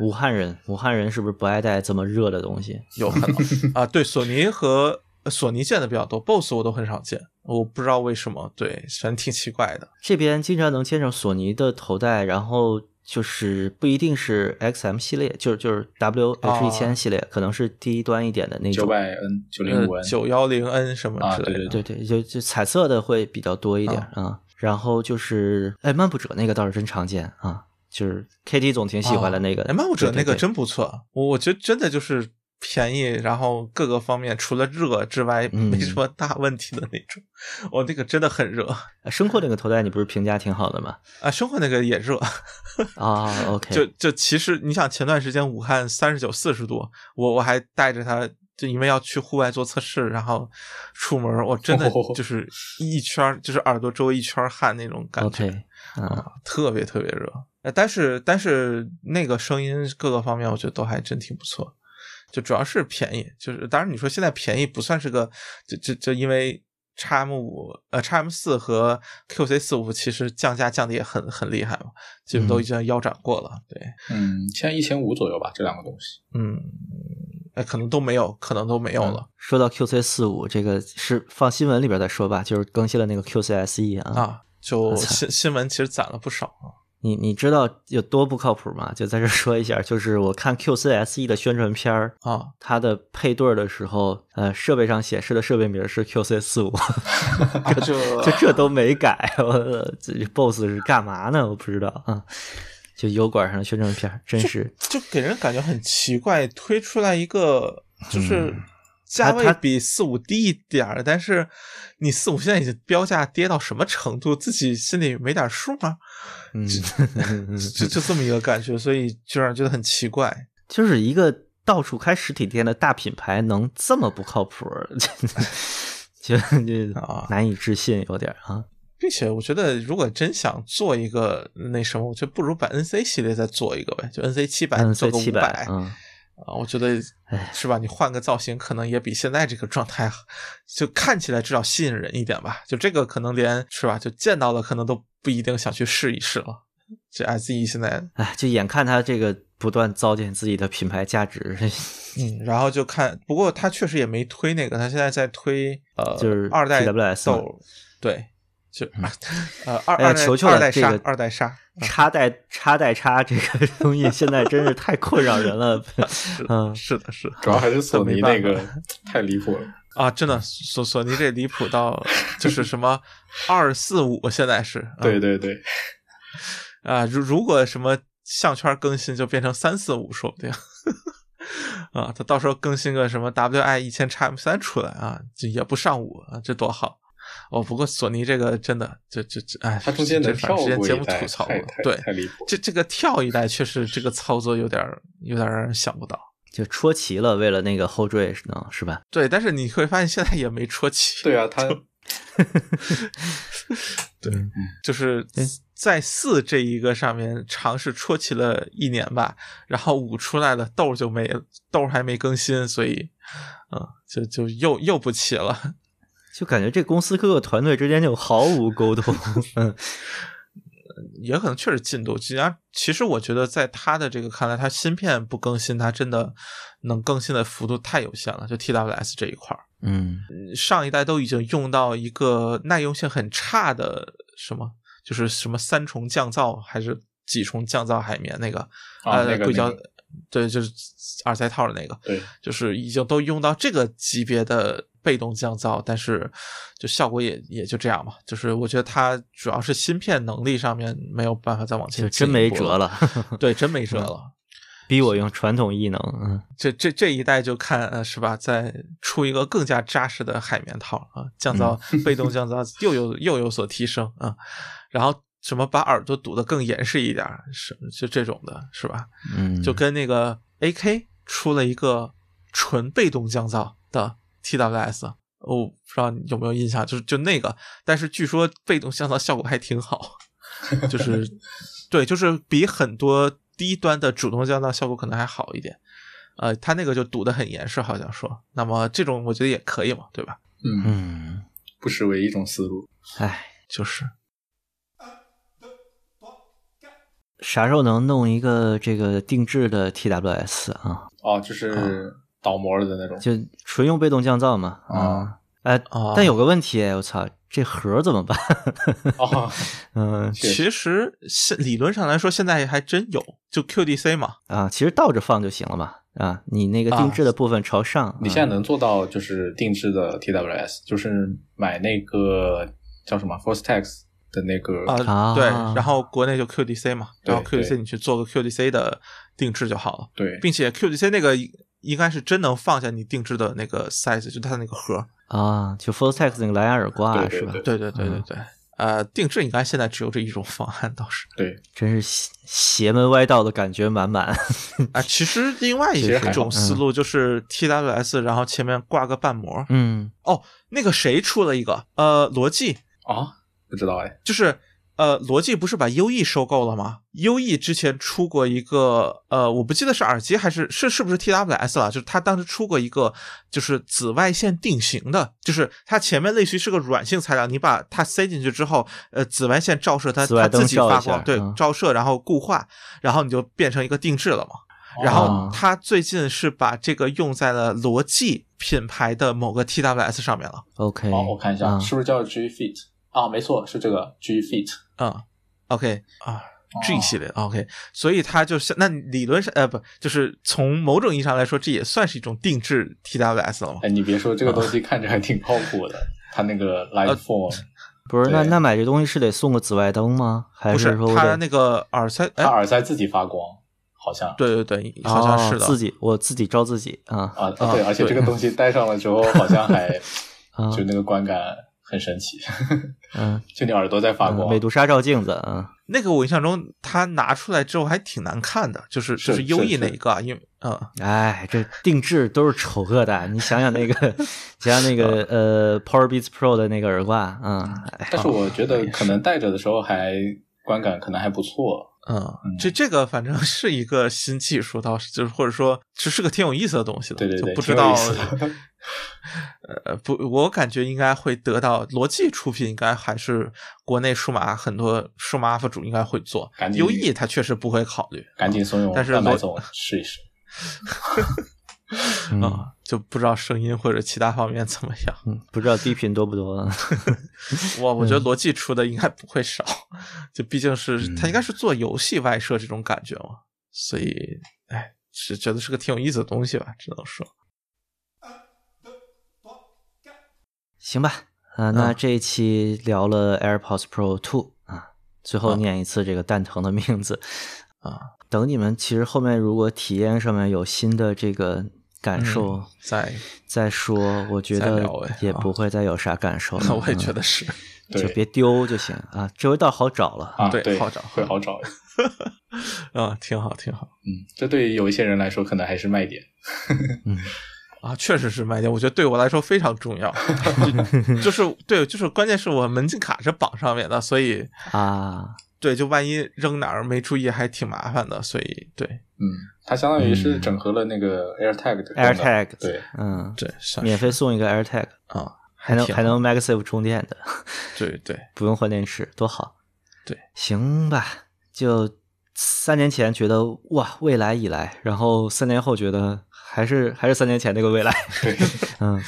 武汉人，武汉人是不是不爱带这么热的东西？
有很啊，对索尼和呃索尼见的比较多，BOSS 我都很少见，我不知道为什么，对，反正挺奇怪的。
这边经常能见上索尼的头戴，然后就是不一定是 XM 系列，就是就是 WH 一千
哦
系列，可能是低端一点的那
九
种。
百 N 九零五
呃，
N
九幺零 N 什么
啊
之类的，
对
对对，就就彩色的会比较多一点啊、然后就是，哎，漫步者那个倒是真常见啊，就是 KT 总挺喜欢的那个。
哎，漫步者
对
那个。
对对
真不错，我我觉得真的就是便宜，然后各个方面除了热之外
嗯
没什么大问题的那种。我、那个真的很热
呃生活那个头戴你不是评价挺好的吗？
啊，生活那个也热，
啊、o k
就就其实你想前段时间武汉三十九四十度，我我还带着它。就因为要去户外做测试，然后出门，我真的
哦
就是一圈儿，就是耳朵周围一圈儿汗那种感觉。
OK，嗯，
啊，特别特别热。呃但是但是那个声音各个方面，我觉得都还真挺不错。就主要是便宜，就是当然你说现在便宜不算是个，就就就因为 x M 五呃 x M 四和 QC 四五其实降价降的也很很厉害嘛，基
嗯
本都已经腰斩过了。对，
嗯，现在一千五左右吧，这两个东西。
嗯，呃，可能都没有，可能都没有了。
嗯说到 QC 四五，这个是放新闻里边再说吧，就是更新了那个 QCSE 啊。
啊，就
我操
新新闻其实攒了不少啊。
你你知道有多不靠谱吗？就在这说一下，就是我看 QCSE E 的宣传片儿，
啊
它的配对儿的时候，呃，设备上显示的设备名是 QC 四五，
啊就
就这都没改，我这 BOSS 是干嘛呢？我不知道啊。就油管上的宣传片儿，真是
就给人感觉很奇怪，推出来一个就是
嗯
价
它
位
它
比四五低一点儿，但是你四五现在已经标价跌到什么程度，自己心里没点数吗？
嗯，
就就这么一个感觉，所以就让人觉得很奇怪。
就是一个到处开实体店的大品牌，能这么不靠谱儿， 就就
啊
难以置信，有点儿啊。
并且我觉得，如果真想做一个那什么，我觉得不如把 NC 系列再做一个呗，就 NC 七百
N
做
C
个五
七
百
百，嗯，
啊，我觉得
哎
是吧？你换个造型，可能也比现在这个状态就看起来至少吸引人一点吧。就这个可能连是吧？就见到了，可能都不一定想去试一试了。这 SE 现在，
哎，就眼看他这个不断糟践自己的品牌价值，
嗯，然后就看，不过它确实也没推那个，它现在在推呃，
就是
二代
TWS
豆，对，就、呃二
嗯哎呀
二代
求求了
二代
这
杀
个
二代杀，嗯
插带插带插这个 东 西，现在真是太困扰人了。 嗯，
是的，是的
主要还是索
这没
尼那
办法
个太离谱了，
啊，真的索索尼这离谱到就是什么二四五，现在是啊
对对对，
啊，如如果什么项圈更新就变成三四五，说不定 啊，他到时候更新个什么 WI 一千 XM 三出来啊，这也不上五啊，这多好。哦，不过索尼这个真的，这这这，哎，
它中间
这
能
这
跳
反正之前
过
节
一
目
代，
吐槽过
太太，
对，
太离谱了。
这这个跳一代确实这个操作有点儿有点儿让人想不到。
就戳齐了，为了那个后缀呢，是吧？
对，但是你会发现现在也没戳起，
对啊，它
对，就是在四这一个上面尝试戳起了一年吧，然后五出来了，豆儿就没豆儿还没更新，所以，嗯，就就又又不起了。
就感觉这公司各个团队之间就毫无沟通。 嗯，
也可能确实进度，其实其实我觉得在他的这个看来，他芯片不更新，他真的能更新的幅度太有限了。就 TWS 这一块儿，
嗯，
上一代都已经用到一个耐用性很差的什么，就是什么三重降噪还是几重降噪海绵那个，
哦
啊
呃，
那个
硅胶，
那个
对，就是耳塞套的那个，
对
就是已经都用到这个级别的被动降噪，但是就效果也也就这样嘛。就是我觉得它主要是芯片能力上面没有办法再往前
就
进
真
一
没
步
辙
了，
了，嗯
对，真没辙了。
逼我用传统异能。嗯，
这这这一代就看呃是吧，再出一个更加扎实的海绵套啊，降噪、
嗯
被动降噪又有又有所提升啊，然后什么把耳朵堵得更严实一点，是就这种的是吧？
嗯，
就跟那个 AK 出了一个纯被动降噪的 TWS。我、哦不知道你有没有印象，就是就那个，但是据说被动降噪效果还 挺好，就是对，就是比很多低端的主动降噪效果可能还好一点。呃，他那个就堵得很严实，好像说。那么这种我觉得也可以嘛，对吧？
嗯，
嗯，
不失为一种思路。
哎，
就是
啥时候能弄一个这个定制的 TWS 啊？
哦，就是倒模 的那种。
就纯用被动降噪嘛。
啊
啊，哎
哦，
但有个问题，哎我操，这盒怎么办？
哦，
嗯
确实
其实现理论上来说，现在还真有，就 QDC 嘛，
啊，其实倒着放就行了嘛。啊，你那个定制的部分朝上。
你
啊
现在能做到就是定制的 TWS，就是买那个叫什么 Forstex 的那个
啊、
啊
对，然后国内就 QDC 嘛，
对
然后
对
QDC 你去做个 QDC 的定制就好了，
对，
并且 QDC 那个应该是真能放下你定制的那个 size，就它那个盒。
啊，就 f o r t e x 那个蓝牙耳挂
对
是
对
吧？
对
对对对对
嗯
对，呃，定制应该现在只有这一种方案倒 是。
对，
真是邪邪门歪道的感觉满满。
啊，其实另外一
其实还好
种思路就是 TWS，然后前面挂个瓣膜。
嗯
哦，那个谁出了一个？呃，罗技，
啊，不知道哎，
就是呃，罗技不是把优异收购了吗？优异之前出过一个呃，我不记得是耳机还是是是不是 TWS 了，就是它当时出过一个就是紫外线定型的，就是它前面类似于是个软性材料，你把它塞进去之后，呃，紫外线照射它，
紫外
它
灯
自己
照一
发
下
光，对
嗯，
照射然后固化，然后你就变成一个定制了嘛。然后
哦
它最近是把这个用在了罗技品牌的某个 TWS 上面了，
，OK，
哦，我看一下，
啊
是不是叫 G Fit？啊，没错，是这个 G Fit。
嗯，OK 啊。G
哦
系列、o k 所以它就是那理论上，呃，不，就是从某种意义上来说，这也算是一种定制 TWS 了嘛
哎，？你别说，这
啊
个东西看着还挺靠谱的，它那个 Live Form，
不是那
对
那买这东西是得送个紫外灯吗？还
不是，
说我
它
得
那个耳塞，
它
哎，
耳塞自己发光，好像。
对对对，好像是
哦
的，
自己我自己招自己啊
啊，
啊
对，而且
对
这个东西戴上了之后，好 像还
啊
就那个观感很神奇，
嗯，
就你耳朵在
啊
发
嗯
光。
美杜莎照镜子啊，
那个我印象中，它拿出来之后还挺难看的，就是就是优
是
异那
是
一个啊，因为嗯，
哎，这定制都是丑恶的。你想想那个，想想那个呃 Power Beats Pro 的那个耳挂啊，哎
但是我觉得可能戴着的时候还观感可能还不错。
嗯，这这个反正 是一个新技术，倒是就是或者说这是个挺有意思的东西的，
对对对，
就不
挺
知
有
道
意思 的
呃不，我感觉应该会得到罗技出品，应该还是国内数码很多数码 UP 主应该会做
赶，紧
优异他确实不会考虑，
赶紧怂恿
啊但是
蛋白
罗
总试一试。
嗯
啊、就不知道声音或者其他方面怎么样。
嗯，不知道低频多不多啊。
我我觉得
嗯
罗技出的应该不会少， 就毕竟是他应该是做游戏外设这种感觉嘛，所以哎，是觉得是个挺有意思的东西吧，只能说。
行吧，啊、那
嗯
这一期聊了 AirPods Pro Two 啊，最
嗯
后念一次这个蛋疼的名字
啊。
等你们其实后面如果体验上面有新的这个感受，
嗯再
再说，我觉
再
得
聊呗
也
啊
不会再有啥感 受了。
我也觉
嗯
得是，
就
对
别丢就行啊，这回倒好找了。
啊，
嗯对
对，
好找
会好找。
嗯，挺好，挺好
嗯，这对于有一些人来说可能还是卖点。
嗯，
啊，确实是卖点，我觉得对我来说非常重要，就就是对，就是关键是我门禁卡是绑上面的，所以
啊，
对，就万一扔哪儿没注意还挺麻烦的，所以对
嗯，它相当于是
嗯
整合了那个 AirTag 的功能
AirTag，
对，
嗯，
对，算
免
是
费送一个 AirTag，
啊，
还能
挺
还能 MagSafe 充电的，
对对，
不用换电池，多好。
对，
行吧，就三年前觉得哇未来已来，然后三年后觉得还是还是三年前那个未来，
对，
嗯，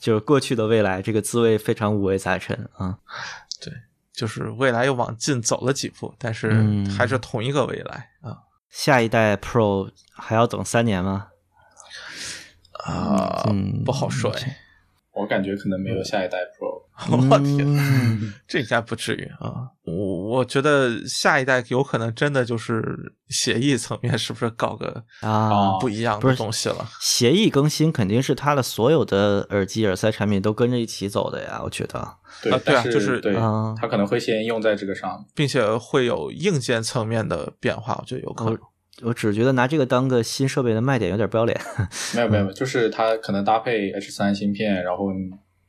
就是过去的未来，这个滋味非常五味杂陈啊。
就是未来又往近走了几步，但是
嗯
还是同一个未来啊
下一代 Pro 还要等三年吗？
啊
嗯，
不好说哎，
我感觉可能没有下一代 Pro。
我天，
嗯
这应该不至于啊！我我觉得下一代有可能真的就是协议层面是不是搞个
啊
哦，
不一样
不
的
是
东西了？
协议更新肯定是它的所有的耳机、耳塞产品都跟着一起走的呀，我觉得。
对
啊，对啊
但是
就是
对，
啊
它可能会先用在这个上。
哦
并且会有硬件层面的变化，我觉得有可能。
我只是觉得拿这个当个新设备的卖点有点不要脸。
没有没
嗯
有，就是它可能搭配 H 三芯片，然后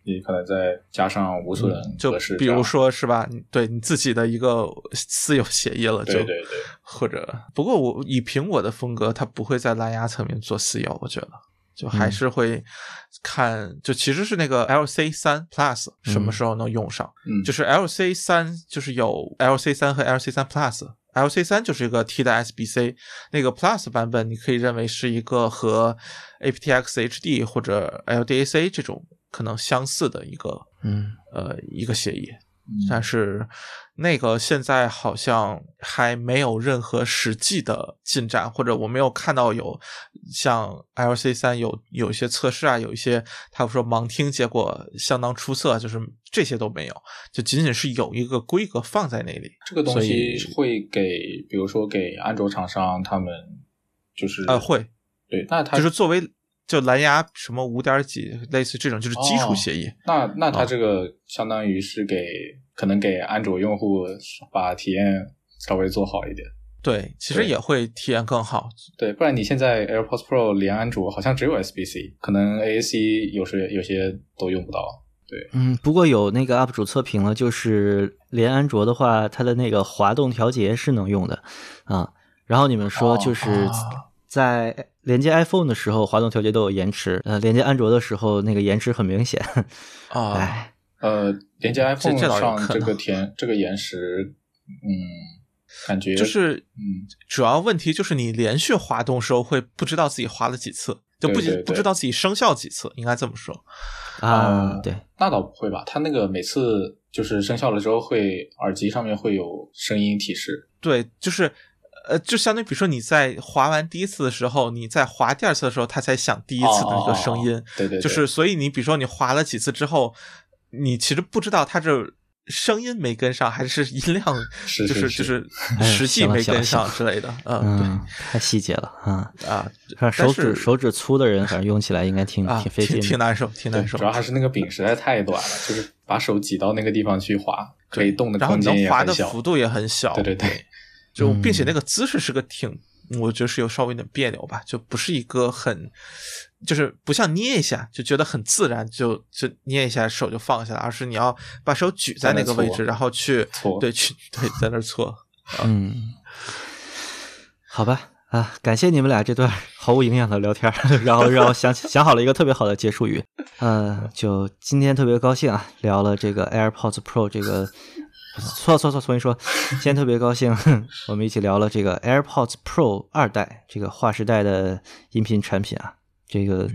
你可能再加上无损
嗯就
格式
比
这样，
如说是吧，你对你自己的一个私有协议了，就
对对对，
或者不过我以苹果的风格，它不会在蓝牙层面做私有，我觉得就还是会看，就其实是那个 LC 三 Plus 什么时候能用上，
嗯，
就是 LC 三就是有 LC 三和 LC 三 Plus。LC 三就是一个替代 SBC，那个 Plus 版本你可以认为是一个和 aptX HD 或者 LDAC 这种可能相似的一个
嗯，
呃一个协议，
嗯
但是那个现在好像还没有任何实际的进展，或者我没有看到有像 LC 三有有一些测试啊，有一些他说盲听结果相当出色，就是这些都没有，就仅仅是有一个规格放在那里。
这个东
所
西
以
会给，比如说给安卓厂商他们就是
呃，会
对，那它
就是作为就蓝牙什么五点几类似这种，就是基础
哦
协议。
那那
啊
它这个相当于是给、可能给安卓用户把体验稍微做好一点，
对，其实
对
也会体验更好，
对，不然你现在 AirPods Pro 连安卓好像只有 SBC，可能 AAC 有时有些都用不到，
嗯，不过有那个 UP 主测评了，就是连安卓的话，它的那个滑动调节是能用的啊。然后你们说
哦
就是
啊
在连接 iPhone 的时候，滑动调节都有延迟，呃，连接安卓的时候那个延迟很明显。
啊、
哎，
呃，连接 iPhone
这倒有
上
可
这
能
个甜这个延时，嗯，感觉
就是
嗯，
主要问题就是你连续滑动时候会不知道自己滑了几次，就不
对对对
不知道自己生效几次，应该这么说。
啊
哦
啊，
对，
那倒不会吧？它那个每次就是生效了之后会，耳机上面会有声音提示。
对，就是呃，就相当于比如说你在滑完第一次的时候，你在滑第二次的时候，它才响第一次的那个声音，
哦哦哦对对对
就是所以你比如说你滑了几次之后，你其实不知道它这。声音没跟上，还是音量，
是
就是是就是
哎
实际
行了
没
行了
跟
行
上
了
之类的，嗯，
嗯，太细节了啊。
对啊
反正手
但
指
是
手指粗的人，反正用起来应该挺
啊，
挺费劲
挺挺
的。
难受，挺
对，
难受
主。要还是那个柄实在太短了，就是把手挤到那个地方去滑，可以动的
然后
空
你
间
能
也
滑
很
的
小。
幅度也很小，
对对对，
就
嗯
并且那个姿势是个挺，我觉得是有稍微有点别扭吧，就不是一个很，就是不像捏一下就觉得很自然，就就捏一下手就放下了，而是你要把手举在那个位
在
置，
那搓
然后去
搓
对去对在那儿搓。
嗯，好吧。啊，感谢你们俩这段毫无营养的聊天儿， 然后让我想起想好了一个特别好的结束语。呃，就今天特别高兴啊，聊了这个 AirPods Pro 这个，错了错了错了，重新说，今天特别高兴，我们一起聊了这个 AirPods Pro 二代这个划时代的音频产品啊，这个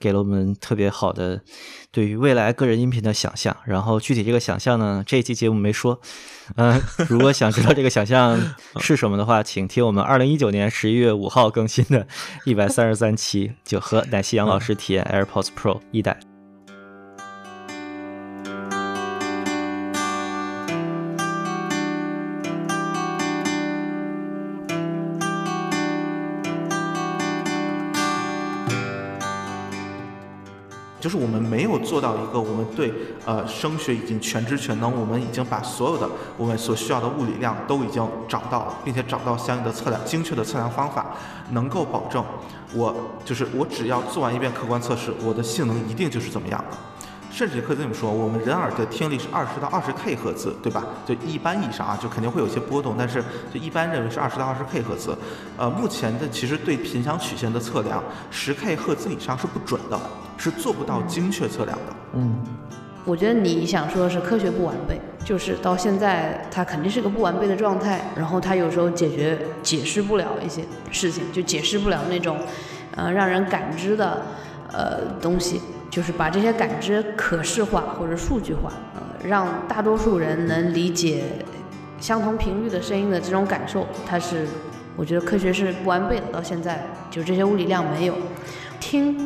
给了我们特别好的对于未来个人音频的想象。然后具体这个想象呢，这一期节目没说。 嗯、如果想知道这个想象是什么的话，请听我们二零一九年十一月五号更新的一百三十三期，就和奶昔杨老师体验 AirPods Pro 一代。
就是我们没有做到一个我们对呃升学已经全知全能，我们已经把所有的我们所需要的物理量都已经找到了，并且找到相应的测量精确的测量方法，能够保证我就是我只要做完一遍客观测试，我的性能一定就是怎么样的。甚至也可以这么说，我们人耳的听力是二十到二十 K 赫兹，对吧？就一般意义上啊，就肯定会有一些波动，但是就一般认为是二十到二十 K 赫兹。呃，目前的其实对频响曲线的测量，十 K 赫兹以上是不准的，是做不到精确测量的。
我觉得你想说的是科学不完备，就是到现在它肯定是个不完备的状态，然后它有时候解决解释不了一些事情，就解释不了那种，呃，让人感知的呃东西，就是把这些感知可视化或者数据化，呃，让大多数人能理解相同频率的声音的这种感受，它是我觉得科学是不完备的，到现在就这些物理量没有。听，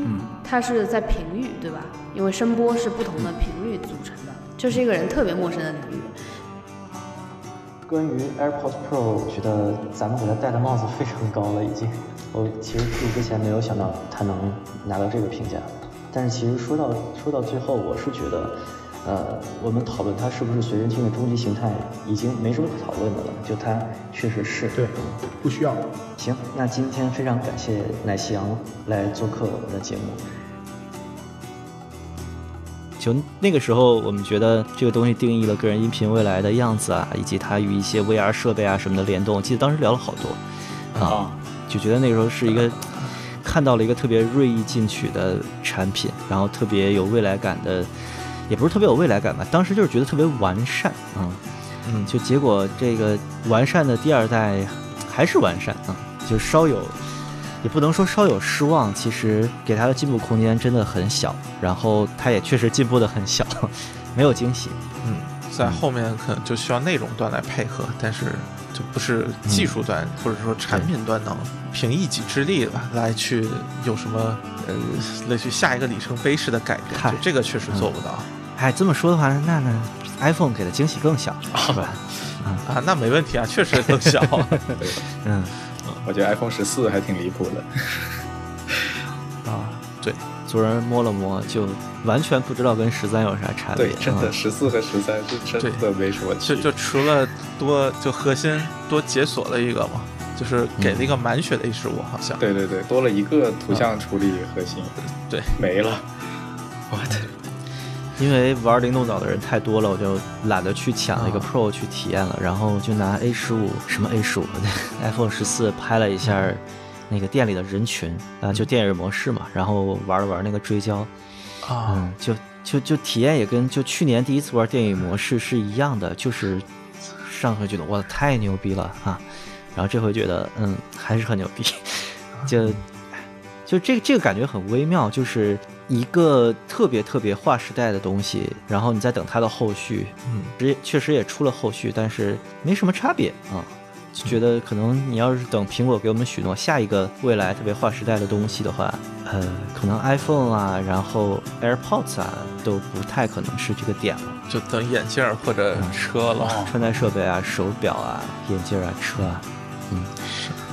它是在频率，对吧？因为声波是不同的频率组成的，这是一个人特别陌生的领域。
关于 AirPods Pro，我觉得咱们给它戴的帽子非常高了，已经。我其实自己之前没有想到它能拿到这个评价，但是其实说到说到最后，我是觉得，呃，我们讨论它是不是随身听的终极形态，已经没什么可讨论的了。就它确实是。
对，不需要。
行，那今天非常感谢奶昔羊来做客我们的节目。
就那个时候，我们觉得这个东西定义了个人音频未来的样子啊，以及它与一些 VR 设备啊什么的联动。我记得当时聊了好多，啊，就觉得那个时候是一个看到了一个特别锐意进取的产品，然后特别有未来感的，也不是特别有未来感吧，当时就是觉得特别完善啊，嗯，就结果这个完善的第二代还是完善啊，就稍有。也不能说稍有失望，其实给它的进步空间真的很小，然后它也确实进步的很小， 没有惊喜。
嗯，在后面可能就需要内容端来配合，但是就不是技术端、嗯、或者说产品端能凭一己之力吧来去有什么呃类似于下一个里程碑式的改变，就这个确实做不到。
哎、嗯，这么说的话，那那 iPhone 给的惊喜 更小，是吧？
啊，啊那没问题啊，确实更 小。
嗯。
我觉得 iPhone 十四还挺离谱的
啊！对，
昨人摸了摸，就完全不知道跟十三有啥差嗯
别。
对，
真的十四和十三是真的没什么区
别。嗯就就除了多就核心多解锁了一个嘛，就是给了一个满血的 H 五，好像、嗯。
对对对，多了一个图像处理核心。啊、
嗯对，
没了。我的。
因为玩灵动岛的人太多了，我就懒得去抢那个 Pro 去体验了，然后就拿 A 十五什么 A 十五 iPhone 十四拍了一下那个店里的人群啊，就电影模式嘛，然后玩了玩那个追焦，
啊、
嗯，就就就体验也跟就去年第一次玩电影模式是一样的，就是上回觉得哇太牛逼了啊，然后这回觉得嗯还是很牛逼，就就这个这个感觉很微妙，就是。一个特别特别划时代的东西，然后你再等它的后续，
嗯，
也确实也出了后续，但是没什么差别
嗯
啊。就觉得可能你要是等苹果给我们许诺下一个未来特别划时代的东西的话，呃，可能 iPhone 啊，然后 AirPods 啊，都不太可能是这个点了。
就等眼镜或者车了，
嗯、穿戴设备啊，手表啊，眼镜啊，车啊，嗯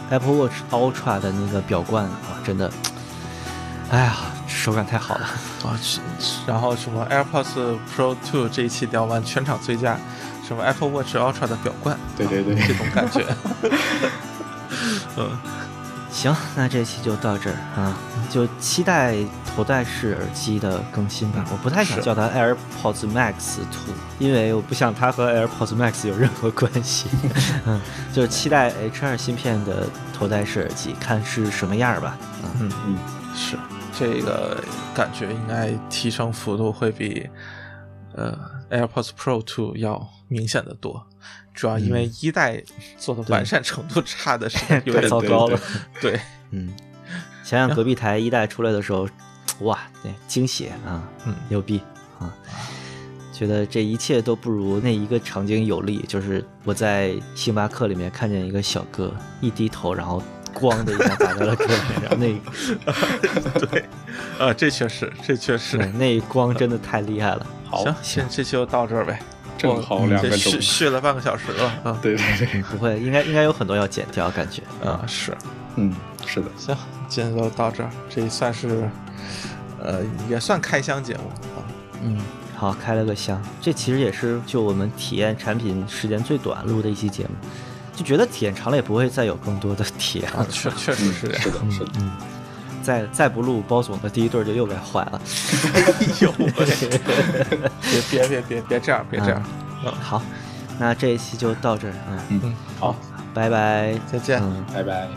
，Apple Watch Ultra 的那个表冠啊，真的，哎呀。手感太好了
啊！然后什么 AirPods Pro 2这一期聊完全场最佳，什么 Apple Watch Ultra 的表冠，
对对对，
这种感 觉。嗯，
行，那这期就到这儿啊，就期待头戴式耳机的更新吧。我不太想叫它 AirPods Max 2，因为我不想它和 AirPods Max 有任何关系。 嗯，就是期待 H2 芯片的头戴式耳机，看是什么样吧。
嗯嗯，是。这个感觉应该提升幅度会比呃 AirPods Pro 2要明显的多，主要因为一代做的完善程度差的是 有点、
嗯、糟糕了。
对,对，
嗯，想想隔壁台一代出来的时候，哇，对，惊喜啊，
嗯，
牛逼啊，觉得这一切都不如那一个场景有利，就是我在星巴克里面看见一个小哥，一低头，然后。咣的一下打在了桌面上，那
个对，啊，这确实，这确实，
那光真的太厉害了。
好，
行，这期就到这儿呗，
正
嗯
好两个钟，
续续了半个小时了啊。
对对对，
不会，应该应该有很多要剪掉，感觉
啊是，
嗯是的，
行，今天就到这儿，这算是呃也算开箱节目啊，
嗯。好，开了个箱，这其实也是就我们体验产品时间最短录的一期节目。就觉得体验长了也不会再有更多的体验了，
确确实是这样，
是的，是的。
嗯，再再不录包总的第一对就又该坏了。
哎呦喂！嗯别别别别别这样，别这样。
好，那这一期就到
嗯
这儿啊。
嗯，好，
拜拜，
再见，
拜拜。